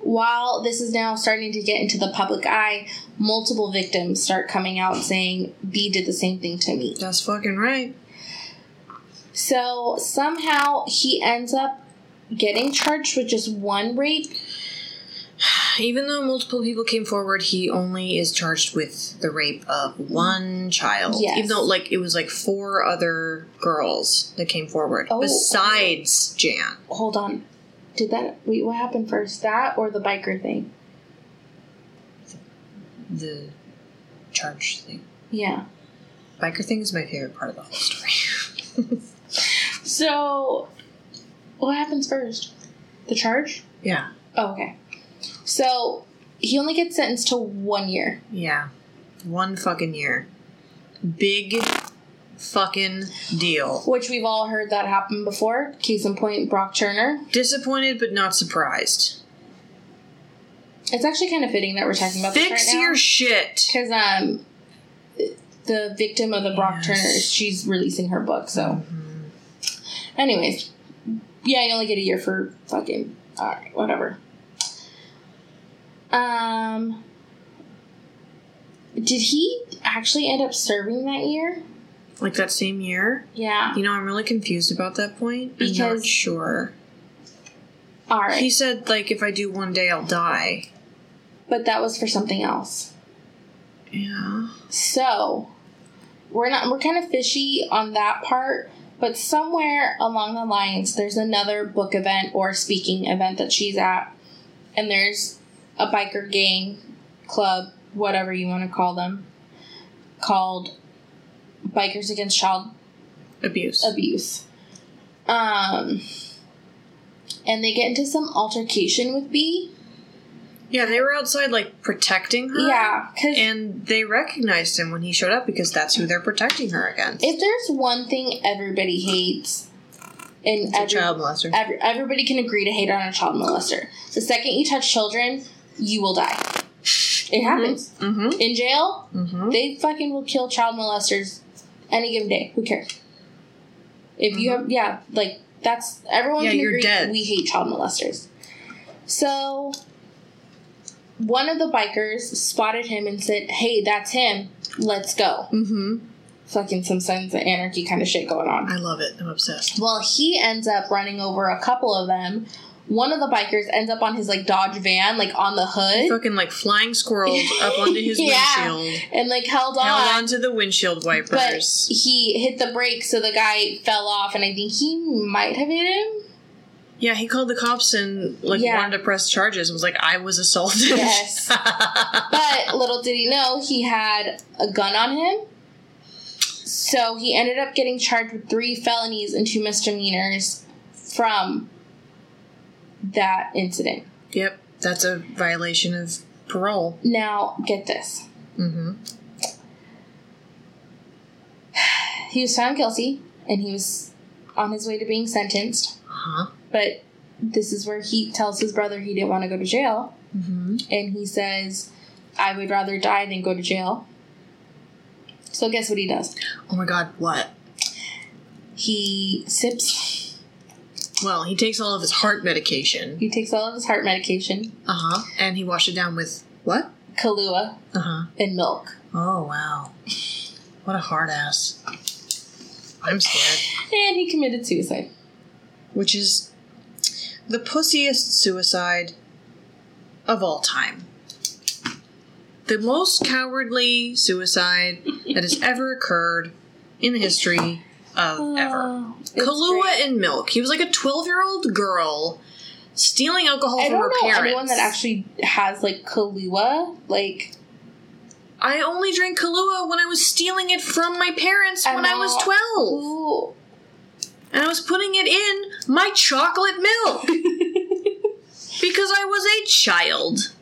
Speaker 2: while this is now starting to get into the public eye, multiple victims start coming out saying B did the same thing to me.
Speaker 1: That's fucking right.
Speaker 2: So somehow he ends up getting charged with just one rape
Speaker 1: Even though multiple people came forward, he only is charged with the rape of one child.
Speaker 2: Yes.
Speaker 1: Even though, like, it was like four other girls that came forward
Speaker 2: Oh.
Speaker 1: besides Jan.
Speaker 2: hold on. Did that wait what happened first? That or the biker thing?
Speaker 1: The charge thing.
Speaker 2: Yeah.
Speaker 1: Biker thing is my favorite part of the whole story.
Speaker 2: So what happens first? The charge?
Speaker 1: yeah.
Speaker 2: Oh, okay. So he only gets sentenced to one year.
Speaker 1: Yeah. One fucking year. Big fucking deal.
Speaker 2: Which we've all heard that happen before. Case in point, Brock Turner.
Speaker 1: Disappointed but not surprised.
Speaker 2: It's actually kind of fitting that we're talking about
Speaker 1: Fix
Speaker 2: this right
Speaker 1: your shit.
Speaker 2: because um, the victim of the Brock
Speaker 1: Yes.
Speaker 2: Turner, she's releasing her book. So, anyways, yeah, you only get a year for fucking all right, whatever. Um, did he actually end up serving that year?
Speaker 1: Like that same year?
Speaker 2: Yeah.
Speaker 1: You know, I'm really confused about that point. I'm not
Speaker 2: Because-
Speaker 1: sure.
Speaker 2: All right,
Speaker 1: He said, like, if I do one day, I'll die.
Speaker 2: but that was for something else.
Speaker 1: Yeah.
Speaker 2: So we're not we're kind of fishy on that part, but somewhere along the lines there's another book event or speaking event that she's at and there's a biker gang club, whatever you want to call them, called Bikers Against Child
Speaker 1: Abuse.
Speaker 2: abuse. Um and they get into some altercation with B.
Speaker 1: yeah, they were outside, like, protecting her.
Speaker 2: Yeah, cuz
Speaker 1: And they recognized him when he showed up because that's who they're protecting her against.
Speaker 2: if there's one thing everybody hates and
Speaker 1: It's a
Speaker 2: every-
Speaker 1: child molester.
Speaker 2: Every, everybody can agree to hate on a child molester. The second you touch children, you will die. It happens.
Speaker 1: Mm-hmm.
Speaker 2: In jail,
Speaker 1: Mm-hmm.
Speaker 2: they fucking will kill child molesters any given day. Who cares? If you have, yeah, like that's
Speaker 1: Mm-hmm.
Speaker 2: everyone
Speaker 1: Yeah,
Speaker 2: can
Speaker 1: you're
Speaker 2: agree.
Speaker 1: dead.
Speaker 2: We hate child molesters. So, one of the bikers spotted him and said, "Hey, that's him. Let's go."
Speaker 1: Mm-hmm.
Speaker 2: Fucking some sense of anarchy kind of shit going on.
Speaker 1: I love it. I'm obsessed.
Speaker 2: Well, he ends up running over a couple of them. One of the bikers ends up on his like Dodge van, like on the hood,
Speaker 1: Fucking like flying squirrels up onto his
Speaker 2: Yeah.
Speaker 1: windshield,
Speaker 2: and like held on.
Speaker 1: held onto the windshield
Speaker 2: but
Speaker 1: wipers.
Speaker 2: he hit the brake, so the guy fell off, and I think he might have hit him.
Speaker 1: yeah, he called the cops and like
Speaker 2: Yeah.
Speaker 1: wanted to press charges and was like, "I was assaulted."
Speaker 2: Yes. But little did he know he had a gun on him. So he ended up getting charged with three felonies and two misdemeanors from that incident.
Speaker 1: yep, that's a violation of parole.
Speaker 2: Now, get this.
Speaker 1: Mm-hmm.
Speaker 2: He was found guilty and he was on his way to being sentenced,
Speaker 1: Uh huh.
Speaker 2: but this is where he tells his brother he didn't want to go to jail
Speaker 1: Mm-hmm.
Speaker 2: and he says, I would rather die than go to jail. So, guess what he does?
Speaker 1: Oh my God, what?
Speaker 2: He sips,
Speaker 1: Well, he takes all of his heart medication.
Speaker 2: he takes all of his heart medication,
Speaker 1: Uh huh. And he washed it down with what?
Speaker 2: Kahlua,
Speaker 1: Uh huh.
Speaker 2: and milk.
Speaker 1: Oh wow. What a hard ass. I'm scared.
Speaker 2: And he committed suicide.
Speaker 1: which is the pussiest suicide of all time. The most cowardly suicide that has ever occurred in the history of ever.
Speaker 2: Oh, it's
Speaker 1: Kahlua
Speaker 2: great.
Speaker 1: and milk. He was like a 12 year old girl stealing alcohol
Speaker 2: I
Speaker 1: from
Speaker 2: don't
Speaker 1: her
Speaker 2: know
Speaker 1: parents.
Speaker 2: anyone that actually has like Kahlua. Like,
Speaker 1: I only drank Kahlua when I was stealing it from my parents
Speaker 2: And
Speaker 1: when I was
Speaker 2: now-
Speaker 1: 12.
Speaker 2: Ooh.
Speaker 1: And I was putting it in my chocolate milk because I was a child.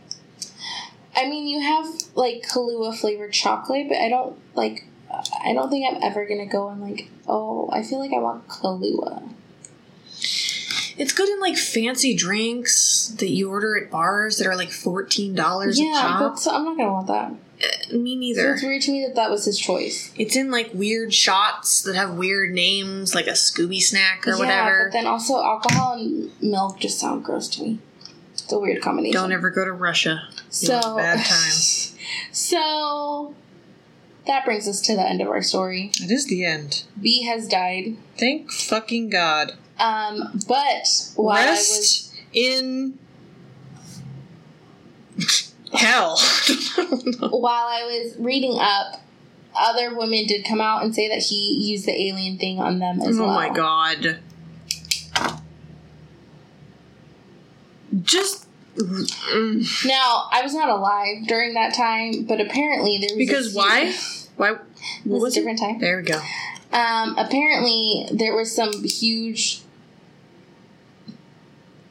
Speaker 2: I mean, you have like Kahlua flavored chocolate, but I don't like. I don't think I'm ever gonna go and like. Oh, I feel like I want Kahlua.
Speaker 1: It's good in like fancy drinks that you order at bars that are like $14 a
Speaker 2: yeah,
Speaker 1: pop.
Speaker 2: but so I'm not gonna want that.
Speaker 1: Me
Speaker 2: So
Speaker 1: neither.
Speaker 2: it's weird to me that that was his choice
Speaker 1: It's in like weird shots that have weird names, like a Scooby snack or
Speaker 2: yeah,
Speaker 1: whatever.
Speaker 2: But then also alcohol and milk just sound gross to me. It's a weird combination.
Speaker 1: Don't ever go to Russia.
Speaker 2: so
Speaker 1: Yeah, bad times.
Speaker 2: So that brings us to the end of our story.
Speaker 1: It is the end.
Speaker 2: B has died.
Speaker 1: Thank fucking God.
Speaker 2: Um, but while I was
Speaker 1: Rest in hell. Oh
Speaker 2: while I was reading up, other women did come out and say that he used the alien thing on them as
Speaker 1: oh
Speaker 2: well.
Speaker 1: my God. Just mm,
Speaker 2: Now I was not alive during that time, but apparently there was a
Speaker 1: because
Speaker 2: few-
Speaker 1: why? Why?
Speaker 2: It
Speaker 1: What
Speaker 2: was a
Speaker 1: was it?
Speaker 2: different time.
Speaker 1: There we go.
Speaker 2: Um, apparently there was some huge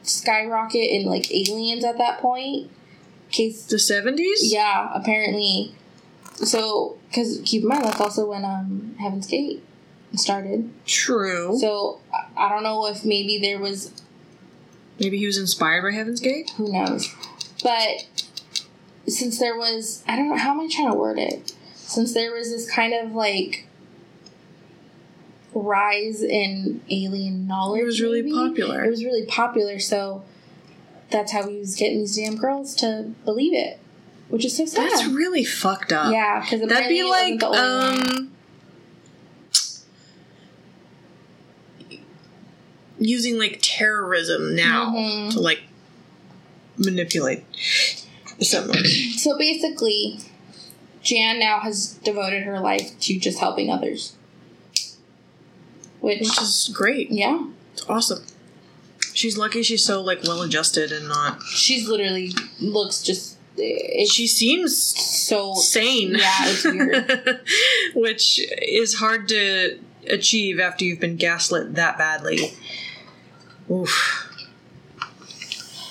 Speaker 2: skyrocket in like aliens at that point. Case
Speaker 1: The seventies.
Speaker 2: Yeah, apparently. So, because keep in mind, that's also when um, Heaven's Gate started.
Speaker 1: True.
Speaker 2: So, I- I don't know if maybe there was,
Speaker 1: Maybe he was inspired by Heaven's Gate.
Speaker 2: who knows. But since there was, I don't know, how am I trying to word it? Since there was this kind of like rise in alien knowledge,
Speaker 1: It was really
Speaker 2: maybe?
Speaker 1: popular.
Speaker 2: It was really popular, so that's how he was getting these damn girls to believe it, which is so sad.
Speaker 1: That's really fucked up.
Speaker 2: Yeah, because
Speaker 1: That'd be like um using like terrorism now
Speaker 2: Mhm.
Speaker 1: to like manipulate someone.
Speaker 2: So basically, Jan now has devoted her life to just helping others, which
Speaker 1: Which is great.
Speaker 2: yeah,
Speaker 1: It's awesome. She's lucky she's so like well adjusted and not
Speaker 2: she's literally looks just it's
Speaker 1: she seems
Speaker 2: so
Speaker 1: sane.
Speaker 2: Yeah, it's weird.
Speaker 1: Which is hard to achieve after you've been gaslit that badly. Oof.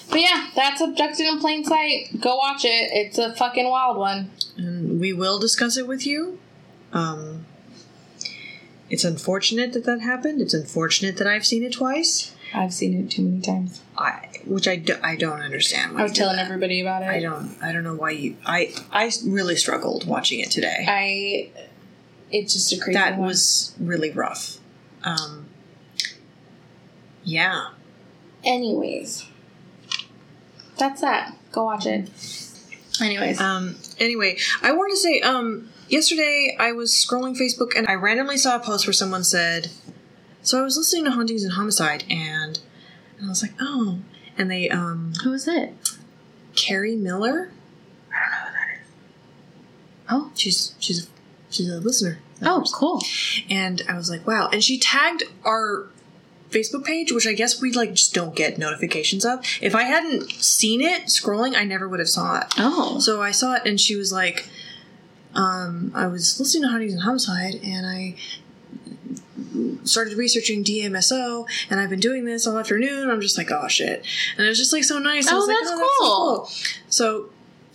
Speaker 2: But yeah, that's abducted in plain sight. Go watch it. It's a fucking wild one.
Speaker 1: and we will discuss it with you. Um, it's unfortunate that that happened. It's unfortunate that I've seen it twice,
Speaker 2: I've seen it too many times.
Speaker 1: I, which I, do, I don't understand. Why
Speaker 2: I was
Speaker 1: you did
Speaker 2: telling
Speaker 1: that.
Speaker 2: everybody about it.
Speaker 1: I don't I don't know why you I I really struggled watching it today.
Speaker 2: I. It's just a crazy.
Speaker 1: that
Speaker 2: one.
Speaker 1: was really rough. Um, yeah,
Speaker 2: Anyways, that's that. Go watch it. Anyways,
Speaker 1: Um, anyway, I wanted to say, um, yesterday I was scrolling Facebook and I randomly saw a post where someone said, so I was listening to Hauntings and Homicide and, and I was like, oh, and they, um,
Speaker 2: who is it?
Speaker 1: Carrie Miller,
Speaker 2: Oh,
Speaker 1: she's, she's, she's a listener.
Speaker 2: oh, cool.
Speaker 1: And I was like, wow. And she tagged our Facebook page, which I guess we like just don't get notifications of. If I hadn't seen it scrolling, I never would have saw it.
Speaker 2: Oh,
Speaker 1: So I saw it, and she was like, um, I was listening to Hotties and Homicide, and I started researching DMSO, and I've been doing this all afternoon. I'm just like, oh shit. And it was just like so nice. I
Speaker 2: Oh,
Speaker 1: was like,
Speaker 2: that's
Speaker 1: so cool. So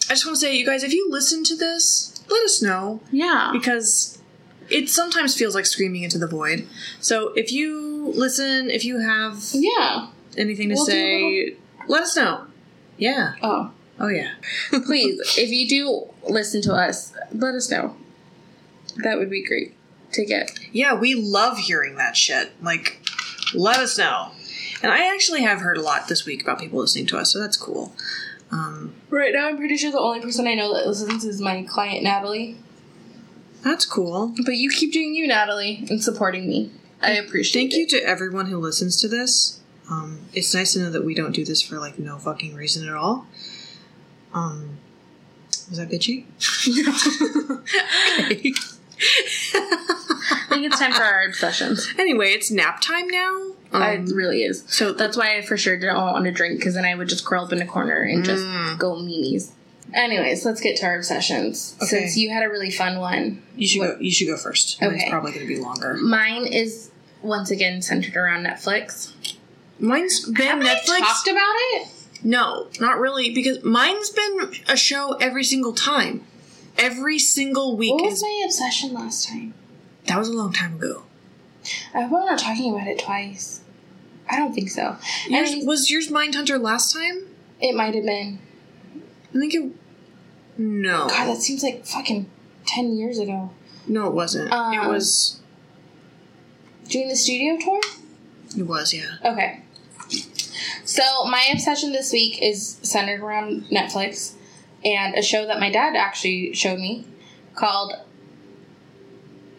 Speaker 1: I just want to say, you guys, if you listen to this, let us know
Speaker 2: yeah.
Speaker 1: because it sometimes feels like screaming into the void. So if you listen, if you have
Speaker 2: Yeah.
Speaker 1: anything to
Speaker 2: We'll do a
Speaker 1: say, let us know. Yeah.
Speaker 2: Oh.
Speaker 1: Oh, yeah.
Speaker 2: Please, if you do listen to us, let us know. That would be great to get.
Speaker 1: Yeah, we love hearing that shit. Like, let us know. And I actually have heard a lot this week about people listening to us, so that's cool. Um,
Speaker 2: Right now, I'm pretty sure the only person I know that listens is my client, Natalie.
Speaker 1: that's cool.
Speaker 2: But you keep doing you, Natalie, and supporting me. I appreciate
Speaker 1: Thank
Speaker 2: it.
Speaker 1: you to everyone who listens to this. Um, it's nice to know that we don't do this for like no fucking reason at all. Um, was that bitchy? Okay.
Speaker 2: I think it's time for our obsessions.
Speaker 1: Anyway, it's nap time now. Um,
Speaker 2: it really is.
Speaker 1: so Mm.
Speaker 2: That's why I for sure don't want to drink because then I would just curl up in a corner and just go meanies. Anyways, let's get to our obsessions.
Speaker 1: Okay.
Speaker 2: Since you had a really fun one.
Speaker 1: You should go. You should go first. Mine's
Speaker 2: Okay.
Speaker 1: probably going to be longer.
Speaker 2: Mine is once again centered around Netflix.
Speaker 1: Mine's been Netflix.
Speaker 2: talked about it?
Speaker 1: no, not really, because mine's been a show every single time. Every single week
Speaker 2: What was
Speaker 1: is
Speaker 2: my obsession last time?
Speaker 1: that was a long time ago.
Speaker 2: I hope I'm not talking about it twice. I don't think so.
Speaker 1: Yours,
Speaker 2: Anyways,
Speaker 1: was yours Mindhunter last time?
Speaker 2: it might have been.
Speaker 1: I think it. No,
Speaker 2: God, that seems like fucking ten years ago.
Speaker 1: no, it wasn't. it
Speaker 2: Um,
Speaker 1: was.
Speaker 2: Doing the studio tour?
Speaker 1: It was. Yeah.
Speaker 2: Okay. So my obsession this week is centered around Netflix and a show that my dad actually showed me called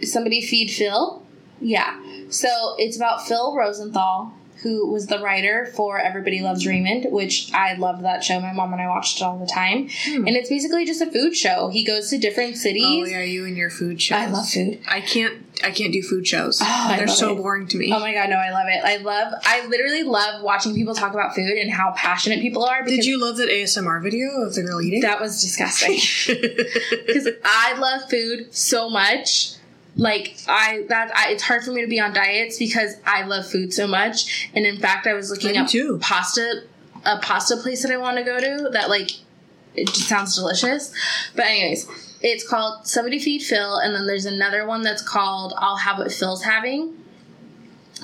Speaker 2: Somebody Feed Phil. Yeah. So it's about Phil Rosenthal, who was the writer for Everybody Loves Raymond, which I loved that show. My mom and I watched it all the time. And it's basically just a food show. He goes to different cities.
Speaker 1: Oh yeah, you and your food shows.
Speaker 2: I love food. Oh,
Speaker 1: I can't. I can't do food shows.
Speaker 2: I
Speaker 1: They're
Speaker 2: love
Speaker 1: so
Speaker 2: it.
Speaker 1: boring to me.
Speaker 2: Oh my god, no, I love it. I love I literally love watching people talk about food and how passionate people are because
Speaker 1: Did you love that ASMR video of the girl eating?
Speaker 2: that was disgusting. Because I love food so much. Like I that I, it's hard for me to be on diets because I love food so much. And in fact I was looking
Speaker 1: I do
Speaker 2: up
Speaker 1: too.
Speaker 2: pasta a pasta place that I want to go to that like it just sounds delicious. But anyways, it's called Somebody Feed Phil, and then there's another one that's called I'll Have What Phil's Having.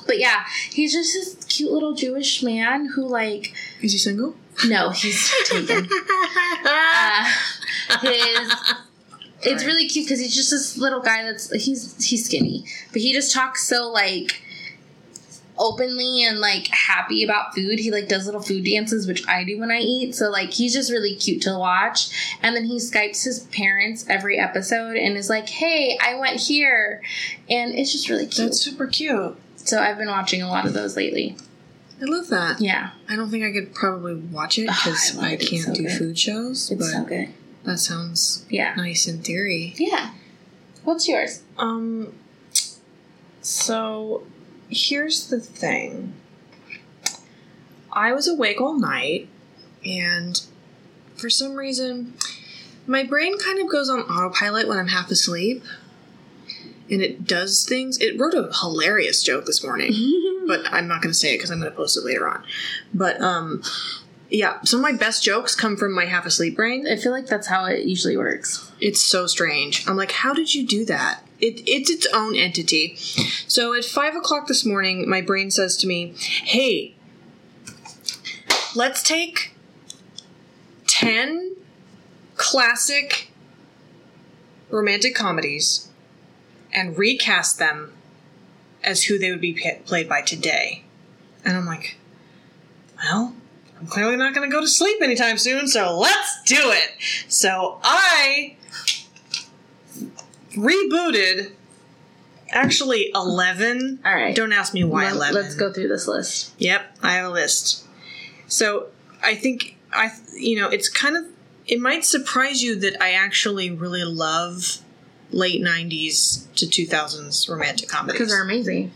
Speaker 2: But yeah, he's just this cute little Jewish man who like
Speaker 1: Is he single?
Speaker 2: no, he's taken. Uh, his it's really cute because he's just this little guy that's he's he's skinny, but he just talks so like openly and like happy about food. He like does little food dances, which I do when I eat. So like he's just really cute to watch. And then he skypes his parents every episode and is like, "Hey, I went here," and it's just really cute.
Speaker 1: That's super cute.
Speaker 2: so I've been watching a lot of those lately.
Speaker 1: I love that.
Speaker 2: Yeah,
Speaker 1: I don't think I could probably watch it because
Speaker 2: I love
Speaker 1: I,
Speaker 2: it. It's
Speaker 1: can't
Speaker 2: so
Speaker 1: do
Speaker 2: good.
Speaker 1: food shows.
Speaker 2: it's
Speaker 1: but
Speaker 2: so good.
Speaker 1: that sounds
Speaker 2: Yeah,
Speaker 1: nice in theory.
Speaker 2: yeah. What's yours?
Speaker 1: Um. So, here's the thing. I was awake all night, and for some reason, my brain kind of goes on autopilot when I'm half asleep, and it does things. It wrote a hilarious joke this morning but I'm not going to say it because I'm going to post it later on. But um, yeah, some of my best jokes come from my half asleep brain.
Speaker 2: I feel like that's how it usually works.
Speaker 1: It's so strange. I'm like, how did you do that? It, it's its own entity. So at five o'clock this morning, my brain says to me, "Hey, let's take ten classic romantic comedies and recast them as who they would be pa- played by today." And I'm like, well, I'm clearly not going to go to sleep anytime soon, so let's do it. So I rebooted actually 11.
Speaker 2: All right.
Speaker 1: Don't ask me why
Speaker 2: Let-
Speaker 1: 11.
Speaker 2: Let's go through this list.
Speaker 1: Yep, I have a list. So I think I, you know, it's kind of it might surprise you that I actually really love late '90s to 2000s romantic comedies
Speaker 2: Because they're amazing.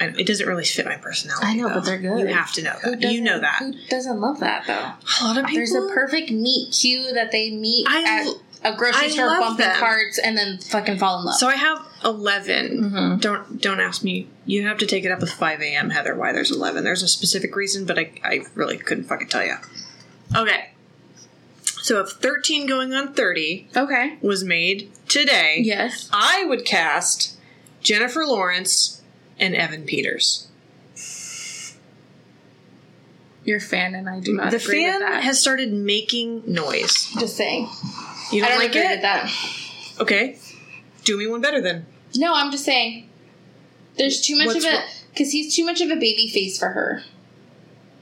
Speaker 1: I know, it doesn't really fit my personality.
Speaker 2: I know, but
Speaker 1: though.
Speaker 2: they're good.
Speaker 1: You have to know that. Uh, You
Speaker 2: doesn't-
Speaker 1: know that.
Speaker 2: Who doesn't love that though?
Speaker 1: A lot of people.
Speaker 2: There's a perfect meet cue that they meet
Speaker 1: I l-
Speaker 2: at a grocery
Speaker 1: I
Speaker 2: store
Speaker 1: love
Speaker 2: bumping
Speaker 1: them.
Speaker 2: carts and then fucking fall in love.
Speaker 1: so I have 11
Speaker 2: Mm-hmm.
Speaker 1: do Don't don't ask me. You have to take it up with five a.m. Heather. Why there's eleven? There's a specific reason, but I I really couldn't fucking tell you. Okay. So if thirteen going on thirty
Speaker 2: okay.
Speaker 1: was made today,
Speaker 2: Yes.
Speaker 1: I would cast Jennifer Lawrence and Evan Peters.
Speaker 2: Your fan and I do not
Speaker 1: The
Speaker 2: agree with
Speaker 1: fan
Speaker 2: that.
Speaker 1: has started making noise.
Speaker 2: Just saying.
Speaker 1: You
Speaker 2: I
Speaker 1: don't,
Speaker 2: don't
Speaker 1: like
Speaker 2: agree
Speaker 1: it?
Speaker 2: with that.
Speaker 1: Okay. Do me one better then.
Speaker 2: No, I'm just saying. There's too much
Speaker 1: What's
Speaker 2: of a
Speaker 1: wrong?
Speaker 2: because he's too much of a baby face for her.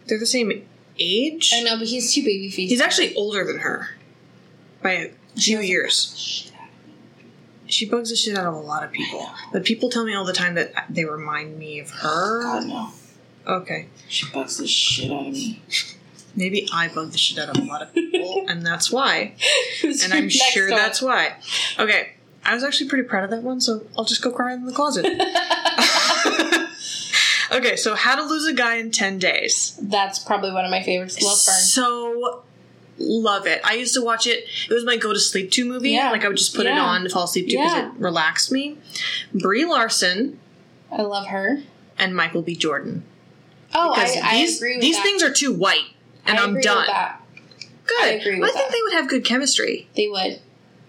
Speaker 1: They're the same age.
Speaker 2: I know, but he's too baby face.
Speaker 1: He's actually older than her by a few years. She bugs the shit out of a lot of people, but people tell me all the time that they remind me of her.
Speaker 2: no.
Speaker 1: Okay,
Speaker 2: She bugs the shit out of me.
Speaker 1: maybe I bug the shit out of a lot of people, and that's why. And I'm sure that's why. Okay, I was actually pretty proud of that one, so I'll just go cry in the closet. okay, so how to lose a guy in ten days.
Speaker 2: That's probably one of my favorites. Love Fern.
Speaker 1: So love it. I used to watch it. It was my go to sleep to movie.
Speaker 2: Yeah.
Speaker 1: Like I would just put it
Speaker 2: Yeah.
Speaker 1: on to fall asleep to because
Speaker 2: Yeah.
Speaker 1: it relaxed me. Brie Larson
Speaker 2: I love her.
Speaker 1: and Michael B. Jordan.
Speaker 2: Oh, I,
Speaker 1: Because
Speaker 2: I
Speaker 1: these
Speaker 2: agree with
Speaker 1: these
Speaker 2: that.
Speaker 1: things are too white, and
Speaker 2: I
Speaker 1: am
Speaker 2: agree
Speaker 1: done.
Speaker 2: With that.
Speaker 1: Good.
Speaker 2: I agree with
Speaker 1: I think
Speaker 2: that.
Speaker 1: they would have good chemistry.
Speaker 2: They would.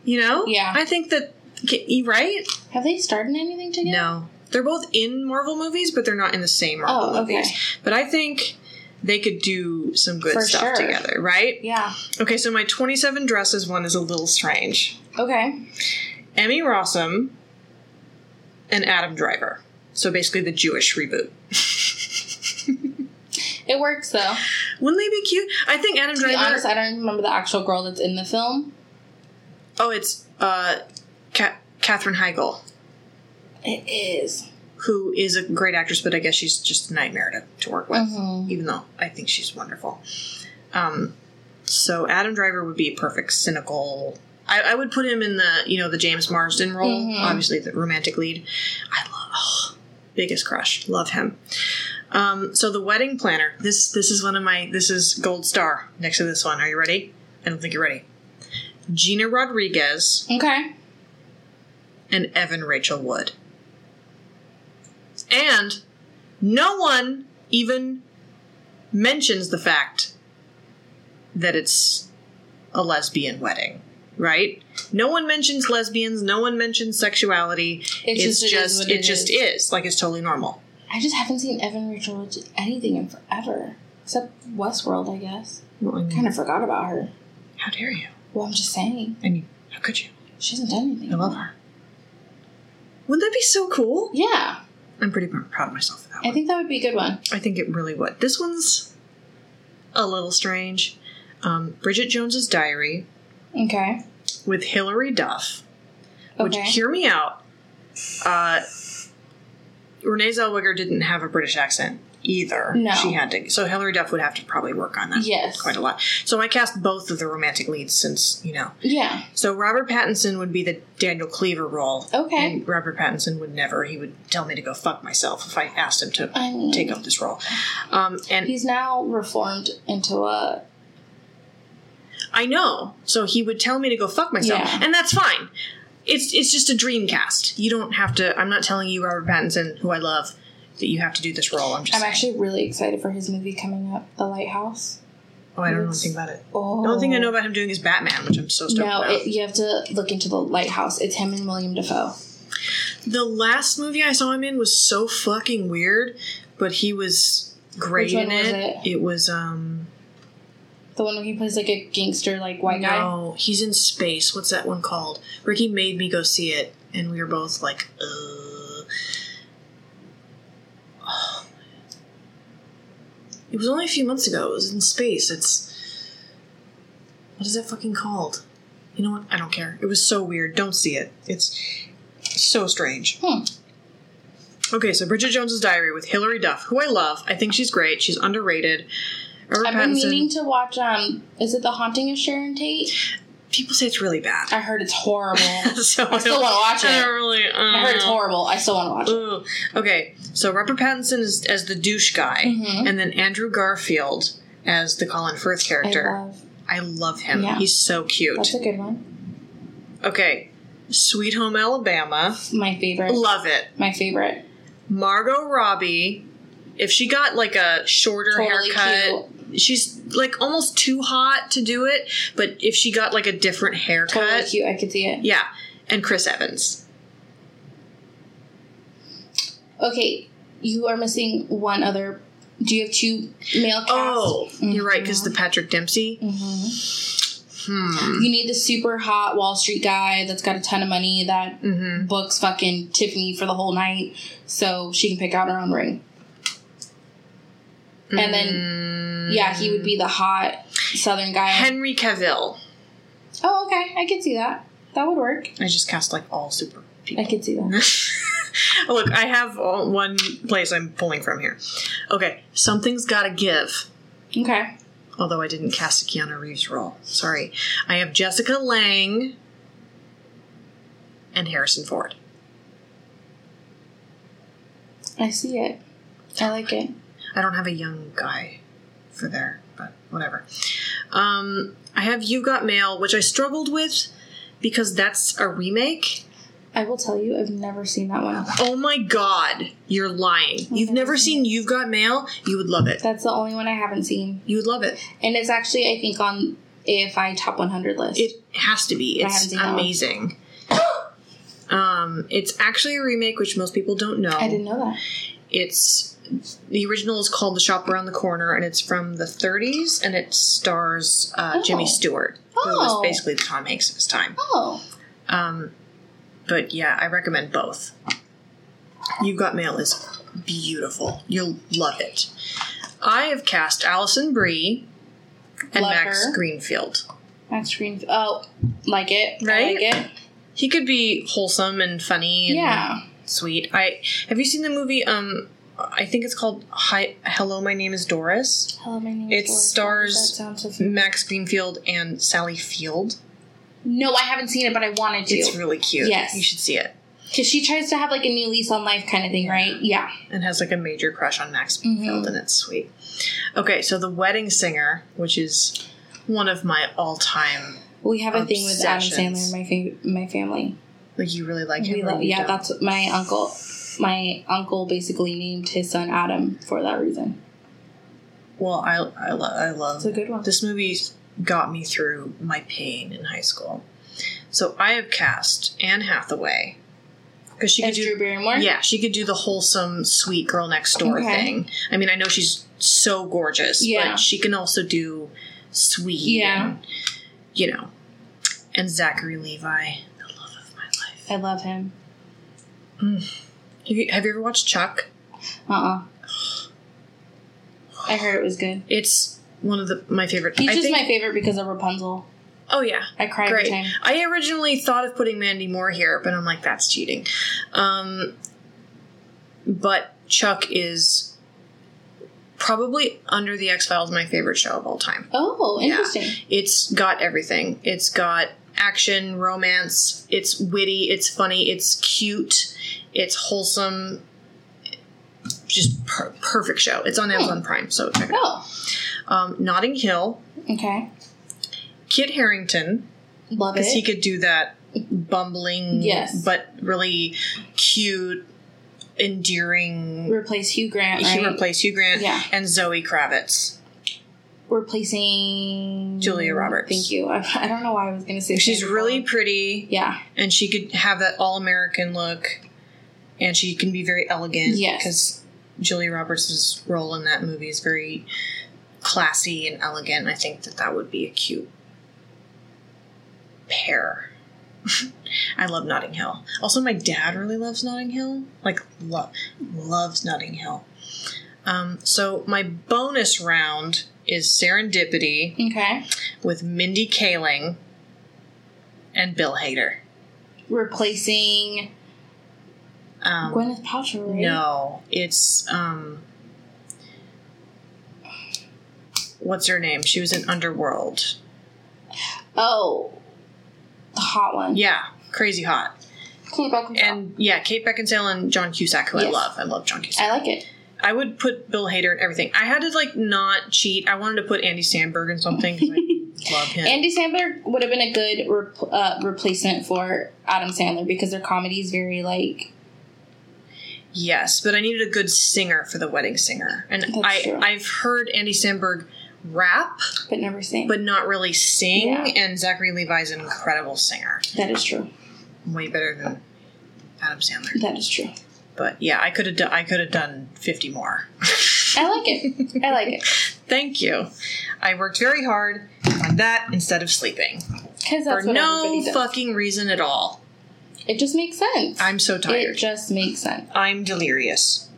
Speaker 1: You know?
Speaker 2: Yeah.
Speaker 1: I think that ca- you right.
Speaker 2: Have they started anything together?
Speaker 1: No, they're both in Marvel movies, but they're not in the same Marvel
Speaker 2: Oh, okay.
Speaker 1: movies. But I think they could do some good
Speaker 2: For
Speaker 1: stuff
Speaker 2: sure.
Speaker 1: together, right?
Speaker 2: Yeah.
Speaker 1: Okay, so my 27 dresses one is a little strange.
Speaker 2: Okay.
Speaker 1: Emmy Rossum and Adam Driver. So basically the Jewish reboot.
Speaker 2: It works though.
Speaker 1: Wouldn't they be cute? I think Adam
Speaker 2: To be
Speaker 1: Driver.
Speaker 2: honest, I don't remember the actual girl that's in the film.
Speaker 1: oh, it's uh, Ka- Catherine Heigl,
Speaker 2: It is.
Speaker 1: who is a great actress, but I guess she's just a nightmare to, to work with.
Speaker 2: Mhm.
Speaker 1: even though I think she's wonderful. Um, so Adam Driver would be a perfect cynical. I, I would put him in the you know the James Marsden role,
Speaker 2: Mhm.
Speaker 1: obviously the romantic lead. I love oh, biggest crush, love him. Um, so the wedding planner. This this is one of my this is gold star next to this one. Are you ready? I don't think you're ready. Gina Rodriguez
Speaker 2: Okay.
Speaker 1: and Evan Rachel Wood. And no one even mentions the fact that it's a lesbian wedding, right? No one mentions lesbians, no one mentions sexuality.
Speaker 2: It's just- it is what
Speaker 1: it,
Speaker 2: it
Speaker 1: just is. Like it's totally normal.
Speaker 2: I just haven't seen Evan Rachel do anything in forever. Except Westworld, I guess. Kind of forgot about her.
Speaker 1: How dare you?
Speaker 2: Well, I'm just saying.
Speaker 1: I mean, how could you?
Speaker 2: She hasn't done anything.
Speaker 1: I love her. Wouldn't that be so cool?
Speaker 2: Yeah.
Speaker 1: I'm pretty pr- proud of myself for that
Speaker 2: I
Speaker 1: one.
Speaker 2: think that would be a good one.
Speaker 1: I think it really would. This one's a little strange. Um, Bridget Jones's Diary
Speaker 2: Okay.
Speaker 1: with Hilary Duff. Would
Speaker 2: Okay.
Speaker 1: hear me out? Uh, Renee Zellweger didn't have a British accent either.
Speaker 2: No.
Speaker 1: She had to. So Hilary Duff would have to probably work on that
Speaker 2: Yes.
Speaker 1: quite a lot. So I cast both of the romantic leads since, you know.
Speaker 2: Yeah.
Speaker 1: So Robert Pattinson would be the Daniel Cleaver role.
Speaker 2: Okay.
Speaker 1: And Robert Pattinson would never. He would tell me to go fuck myself if I asked him to
Speaker 2: I mean,
Speaker 1: take up this role. Um, and
Speaker 2: he's now reformed into a.
Speaker 1: I know. So he would tell me to go fuck myself,
Speaker 2: Yeah.
Speaker 1: and that's fine. It's it's just a dream cast. You don't have to. I'm not telling you, Robert Pattinson, who I love, that you have to do this role. I'm just.
Speaker 2: I'm
Speaker 1: saying.
Speaker 2: actually really excited for his movie coming up, The Lighthouse.
Speaker 1: oh, I don't know anything about it.
Speaker 2: Oh.
Speaker 1: The only thing I know about him doing is Batman, which I'm so stoked
Speaker 2: No,
Speaker 1: about.
Speaker 2: it, you have to look into the lighthouse. It's him and William Defoe.
Speaker 1: the last movie I saw him in was so fucking weird, but he was great
Speaker 2: Which one
Speaker 1: in
Speaker 2: was
Speaker 1: it.
Speaker 2: it?
Speaker 1: was um.
Speaker 2: The one where he plays like a gangster, like white guy.
Speaker 1: No, he's in space. What's that one called? Ricky made me go see it, and we were both like, uh. It was only a few months ago. It was in space. It's. What is that fucking called? You know what? I don't care. It was so weird. Don't see it. It's so strange.
Speaker 2: Hmm.
Speaker 1: Okay, so Bridget Jones's Diary with Hilary Duff, who I love. I think she's great. She's underrated. Robert
Speaker 2: I've been
Speaker 1: Pattinson.
Speaker 2: meaning to watch. Um, is it The Haunting of Sharon Tate?
Speaker 1: People say it's really bad.
Speaker 2: I heard it's horrible.
Speaker 1: so
Speaker 2: I still
Speaker 1: don't-
Speaker 2: wanna watch
Speaker 1: I
Speaker 2: it.
Speaker 1: don't really. Uh,
Speaker 2: I heard it's horrible. I still want to watch it.
Speaker 1: Ugh. Okay, so Robert Pattinson is as the douche guy,
Speaker 2: Mhm.
Speaker 1: and then Andrew Garfield as the Colin Firth
Speaker 2: I
Speaker 1: character.
Speaker 2: love.
Speaker 1: I love, him.
Speaker 2: Yeah.
Speaker 1: He's so cute.
Speaker 2: That's a good one.
Speaker 1: okay, Sweet Home Alabama.
Speaker 2: My favorite.
Speaker 1: Love it.
Speaker 2: My favorite.
Speaker 1: Margot Robbie. If she got like a shorter
Speaker 2: Totally
Speaker 1: haircut, she's like almost too hot to do it. But if she got like a different haircut,
Speaker 2: Totally cute. I could see it.
Speaker 1: yeah, and Chris Evans.
Speaker 2: Okay, you are missing one other. Do you have two male cast?
Speaker 1: Oh, you're right because
Speaker 2: Mm-hmm.
Speaker 1: the Patrick Dempsey.
Speaker 2: Mhm.
Speaker 1: Hmm.
Speaker 2: You need the super hot Wall Street guy that's got a ton of money that
Speaker 1: Mm-hmm.
Speaker 2: books fucking Tiffany for the whole night so she can pick out her own ring. And then,
Speaker 1: Mm,
Speaker 2: yeah, he would be the hot southern guy.
Speaker 1: Henry Cavill.
Speaker 2: oh, okay, I could see that. That would work.
Speaker 1: I just cast like all super
Speaker 2: I
Speaker 1: people.
Speaker 2: could see that.
Speaker 1: Look, I have uh, one place I'm pulling from here. Okay, something's got to give.
Speaker 2: Okay.
Speaker 1: Although I didn't cast a Keanu Reeves role. Sorry. I have Jessica Lang and Harrison Ford.
Speaker 2: I see it. I like it.
Speaker 1: I don't have a young guy for there, but whatever. Um, I have You Got Mail, which I struggled with because that's a remake.
Speaker 2: I will tell you, I've never seen that one.
Speaker 1: Oh my god, you're lying. You've never seen You've Got Mail? You would love it.
Speaker 2: That's the only one I haven't seen,
Speaker 1: You would love it.
Speaker 2: and it's actually I think on AFI top 100 list.
Speaker 1: It has to be.
Speaker 2: I haven't
Speaker 1: It's
Speaker 2: seen that one.
Speaker 1: amazing. um, it's actually a remake, which most people don't know.
Speaker 2: I didn't know that.
Speaker 1: It's the original is called The Shop Around the Corner, and it's from the 30s, and it stars uh,
Speaker 2: Oh.
Speaker 1: Jimmy Stewart, who was
Speaker 2: Oh.
Speaker 1: basically the Tom Hanks of his time.
Speaker 2: Oh,
Speaker 1: Um, but yeah, I recommend both. You've Got Mail is beautiful. You'll love it. I have cast Allison Brie and
Speaker 2: Love
Speaker 1: Max
Speaker 2: her.
Speaker 1: Greenfield.
Speaker 2: Max Green. Oh, like it. I
Speaker 1: Right?
Speaker 2: like it.
Speaker 1: He could be wholesome and funny and
Speaker 2: Yeah.
Speaker 1: sweet. I have you seen the movie? Um, I think it's called Hi, Hello, My Name Is Doris.
Speaker 2: Hello, my name
Speaker 1: It
Speaker 2: is Doris.
Speaker 1: stars-
Speaker 2: That sounds so familiar.
Speaker 1: Max Greenfield and Sally Field.
Speaker 2: No, I haven't seen it, but I wanted
Speaker 1: It's
Speaker 2: to
Speaker 1: really cute.
Speaker 2: Yes.
Speaker 1: you should see it.
Speaker 2: because she tries to have like a new lease on life kind of thing, right? Yeah.
Speaker 1: and has like a major crush on Max
Speaker 2: Mhm.
Speaker 1: Greenfield, and it's sweet. Okay, so the wedding singer, which is one of my all-time,
Speaker 2: We have a thing with Adam Sandler
Speaker 1: Obsessions.
Speaker 2: and my fa- my family.
Speaker 1: like you really like him.
Speaker 2: We
Speaker 1: or
Speaker 2: love,
Speaker 1: you
Speaker 2: yeah,
Speaker 1: don't.
Speaker 2: that's what my uncle. My uncle basically named his son Adam for that reason.
Speaker 1: well, I I, lo- I love
Speaker 2: It's a good one.
Speaker 1: this movie. Got me through my pain in high school. So I have cast Anne Hathaway because she could
Speaker 2: As
Speaker 1: do
Speaker 2: Drew Barrymore.
Speaker 1: yeah she could do the wholesome sweet girl next door
Speaker 2: Okay.
Speaker 1: thing. I mean, I know she's so gorgeous,
Speaker 2: Yeah.
Speaker 1: but she can also do sweet.
Speaker 2: Yeah.
Speaker 1: and, you know, and Zachary Levi, the love of my life.
Speaker 2: I love him.
Speaker 1: Have you, have you ever watched Chuck?
Speaker 2: Uh uh I heard it was good.
Speaker 1: It's one of the my favorite.
Speaker 2: He's
Speaker 1: I
Speaker 2: just
Speaker 1: think-
Speaker 2: my favorite because of Rapunzel.
Speaker 1: oh yeah,
Speaker 2: I cry
Speaker 1: great.
Speaker 2: every time.
Speaker 1: I originally thought of putting Mandy Moore here, but I'm like that's cheating. Um, but Chuck is probably under the X Files my favorite show of all time.
Speaker 2: Oh,
Speaker 1: Yeah.
Speaker 2: interesting.
Speaker 1: It's got everything. It's got action, romance, it's witty, it's funny, it's cute, it's wholesome. Just per- perfect show. It's on Amazon Prime, so check it out.
Speaker 2: Oh,
Speaker 1: Um, Notting Hill,
Speaker 2: okay.
Speaker 1: Kit Harrington,
Speaker 2: Love it.
Speaker 1: because he could do that bumbling,
Speaker 2: Yes.
Speaker 1: but really cute, endearing.
Speaker 2: Replace Hugh Grant. Right?
Speaker 1: He replaced Hugh Grant
Speaker 2: Yeah.
Speaker 1: and Zoe Kravitz.
Speaker 2: Replacing
Speaker 1: Julia Roberts.
Speaker 2: Thank you. I, I don't know why I was going to say.
Speaker 1: She's
Speaker 2: Sandra
Speaker 1: really
Speaker 2: Bullock.
Speaker 1: pretty.
Speaker 2: Yeah.
Speaker 1: and she could have that all American look, and she can be very elegant.
Speaker 2: Yes.
Speaker 1: because Julia Roberts' role in that movie is very classy and elegant. and I think that that would be a cute pair. I love Notting Hill. Also, my dad really loves Notting Hill. Like, lo- loves Notting Hill. Um, so my bonus round is Serendipity
Speaker 2: Okay.
Speaker 1: with Mindy Kaling and Bill Hader.
Speaker 2: Replacing
Speaker 1: Um,
Speaker 2: Gwyneth Paltrow. Right?
Speaker 1: No, it's um, what's her name? She was in Underworld.
Speaker 2: Oh, the hot one.
Speaker 1: Yeah, crazy hot.
Speaker 2: Kate Beckinsale.
Speaker 1: And yeah, Kate Beckinsale and John Cusack, who I
Speaker 2: Yes.
Speaker 1: love. I love John Cusack.
Speaker 2: I like it.
Speaker 1: I would put Bill Hader in everything. I had to like not cheat. I wanted to put Andy Sandberg in something. 'cause I love him.
Speaker 2: Andy Sandberg would have been a good rep- uh, replacement for Adam Sandler because their comedy is very like
Speaker 1: yes, but I needed a good singer for the wedding singer, and
Speaker 2: That's
Speaker 1: I
Speaker 2: true.
Speaker 1: I've heard Andy Sandberg rap,
Speaker 2: but never sing.
Speaker 1: but not really sing.
Speaker 2: Yeah.
Speaker 1: And Zachary Levi's an incredible singer.
Speaker 2: that is true.
Speaker 1: way better than Adam Sandler.
Speaker 2: That is true.
Speaker 1: But yeah, I could have done, I could have done 50 more.
Speaker 2: I like it. I like it
Speaker 1: Thank you. I worked very hard on that instead of sleeping
Speaker 2: because that's
Speaker 1: for
Speaker 2: what
Speaker 1: no
Speaker 2: everybody does.
Speaker 1: fucking reason at all.
Speaker 2: It just makes sense.
Speaker 1: I'm so
Speaker 2: it
Speaker 1: tired.
Speaker 2: just makes sense.
Speaker 1: I'm delirious.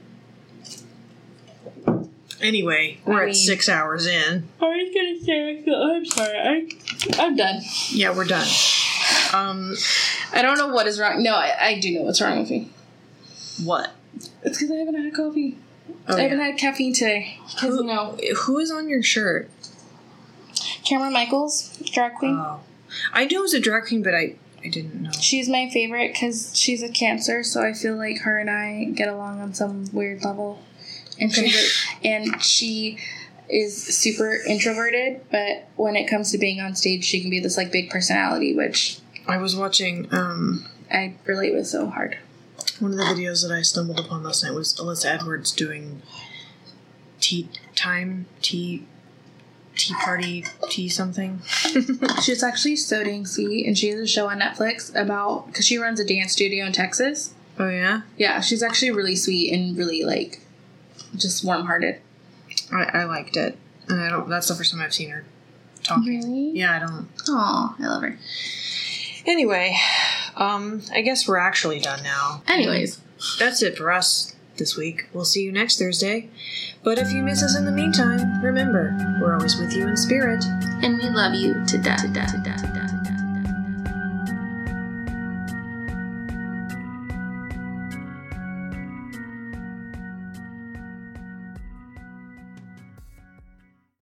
Speaker 1: Anyway, we're
Speaker 2: I
Speaker 1: at
Speaker 2: mean-
Speaker 1: 6 hours in.
Speaker 2: I was gonna say, I'm sorry. I, I'm done.
Speaker 1: Yeah, we're done. Um
Speaker 2: I don't know what is wrong. No, I, I do know what's wrong with me.
Speaker 1: what?
Speaker 2: It's because I haven't had coffee.
Speaker 1: Oh,
Speaker 2: I
Speaker 1: yeah.
Speaker 2: haven't had caffeine today because you know
Speaker 1: Who is on your shirt?
Speaker 2: Cameron Michaels, drag queen.
Speaker 1: Oh. I knew it was a drag queen, but I I didn't know.
Speaker 2: She's my favorite because she's a Cancer, so I feel like her and I get along on some weird level. And
Speaker 1: Okay.
Speaker 2: she's a, and she is super introverted, but when it comes to being on stage, she can be this like big personality, which
Speaker 1: I was watching um,
Speaker 2: I relate with so hard.
Speaker 1: one of the videos that I stumbled upon last night was Alyssa Edwards doing tea time tea tea party tea something.
Speaker 2: She's actually so dang sweet, and she has a show on Netflix about because she runs a dance studio in Texas.
Speaker 1: Oh yeah,
Speaker 2: Yeah, she's actually really sweet and really like just warm hearted.
Speaker 1: I, I liked it, and I don't. That's the first time I've seen her talking.
Speaker 2: Really?
Speaker 1: Yeah, I don't.
Speaker 2: Aw, I love her.
Speaker 1: Anyway, um, I guess we're actually done now.
Speaker 2: Anyways,
Speaker 1: That's it for us this week. We'll see you next Thursday. But if you miss us in the meantime, remember, we're always with you in spirit.
Speaker 2: and we love you to death, to death, to death.